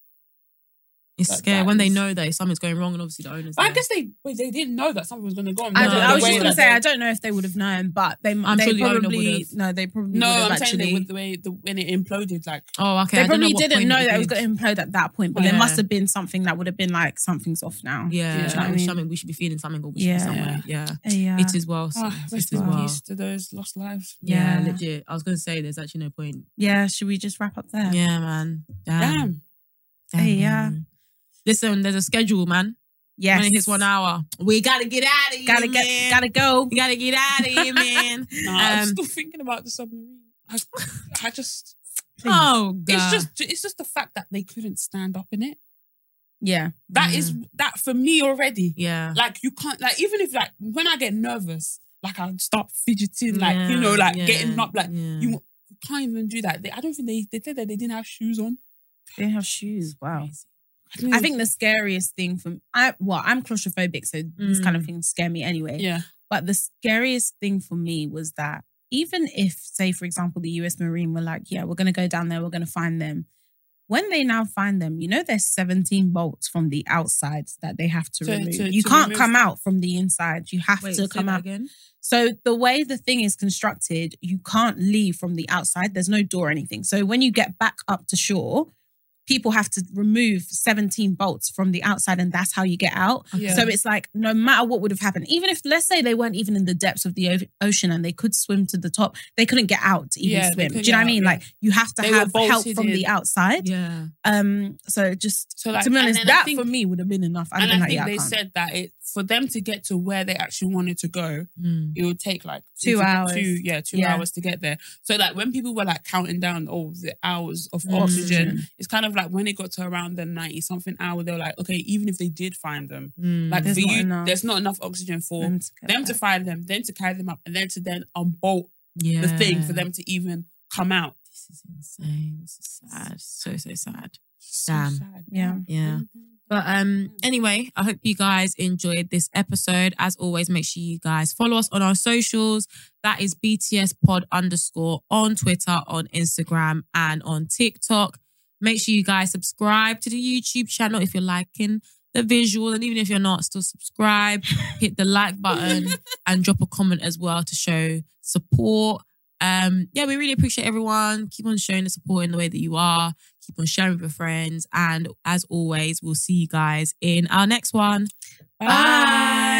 It's
Like,
scary
that
when they
is-
know that something's going wrong, and obviously the owners.
But I
there.
guess they but they didn't know that something was gonna go on.
I,
No,
don't-
The
I was
way
just gonna
that
say
they-
I don't know if they would have known, but they
I'm
they
sure the owner
probably
would've.
no, they probably
No,
would have
I'm
actually.
saying they, with the way the, when it imploded, like
Oh, okay.
they
I don't
probably
what
didn't
point
know that it was
is.
going to implode at that point, but there
Yeah.
must have been something that would have been like something's off now.
Yeah,
Yeah.
like,
Do you know what I mean?
something we should be feeling something or we should
Yeah.
be somewhere. Yeah.
Yeah.
It is
Oh,
well. So,
ah,
it
rest
is
in
well.
peace to those lost lives.
Yeah.
Yeah.
legit. I was gonna say there's actually no point.
Yeah, should we just wrap up there?
Yeah, man. Damn.
Damn.
Damn,
Hey, yeah.
man. Listen, there's a schedule, man.
Yes.
When it hits one hour, we gotta get out of here.
Gotta get
man.
gotta go.
We gotta get out of here, man.
Nah, I'm
Um,
still thinking about the submarine. I, I just
oh god.
it's just it's just the fact that they couldn't stand up in it.
Yeah.
That is
Mm.
that for me already.
yeah.
Like you can't like even if like when I get nervous, like I start fidgeting, like you know,
Yeah,
like
yeah,
getting up, like
yeah.
you can't even do that. They, I don't think they they said that they didn't have shoes on.
They didn't have shoes. Wow.
didn't
I
even-
think the scariest thing from I well, I'm claustrophobic, so these kind of things scare me anyway.
yeah,
But the scariest thing for me was that even if, say, for example, the US Marine were like, yeah, we're going to go down there, we're going to find them. When they now find them, you know there's 17 bolts from the outside that they have to,
To-
remove.
to-
you
to
can't
remove
come out from the inside. You have
Wait,
to
say
come
that
out.
again.
So the way the thing is constructed, you can't leave from the outside. There's no door or anything. So when you get back up to shore, people have to remove 17 bolts from the outside and that's how you get out.
Yeah.
So it's like no matter what would have happened, even if let's say they weren't even in the depths of the o- ocean and they could swim to the top, they couldn't get out to even
Yeah, they
swim. Do
couldn't get
you know what I
out,
mean?
yeah.
Like you have to
They were
have help
bolted
from the
in.
outside.
Yeah.
Um so just
So, like,
to be
and
honest,
then I
that
think-
for me would have been enough. I'd
and
been
I
like,
think
yeah, I
they
can't.
said that it for them to get to where they actually wanted to go,
Mm.
it would take like
Two
to-
hours.
Two, yeah, two
Yeah.
hours to get there. So like when people were like counting down all the hours of
Mm.
oxygen, it's kind of like when it got to around the ninety something hour, they were like, okay, even if they did find them,
Mm.
like
There's
for
not
you,
enough.
there's not enough oxygen for
Them
them,
to get
to
back.
find them, then to carry them up, and then to then unbolt
Mm, yeah.
the thing for them to even come out.
This is insane. This is sad. So so sad.
So
Damn.
sad.
Yeah.
Yeah. But um anyway, I hope you guys enjoyed this episode. As always, make sure you guys follow us on our socials. That is BTS pod underscore on Twitter, on Instagram, and on TikTok. Make sure you guys subscribe to the YouTube channel if you're liking the visual. And even if you're not, still subscribe, hit the like button and drop a comment as well to show support. Um, yeah, we really appreciate everyone. Keep on showing the support in the way that you are keep on sharing with your friends. And as always, we'll see you guys in our next one.
Bye.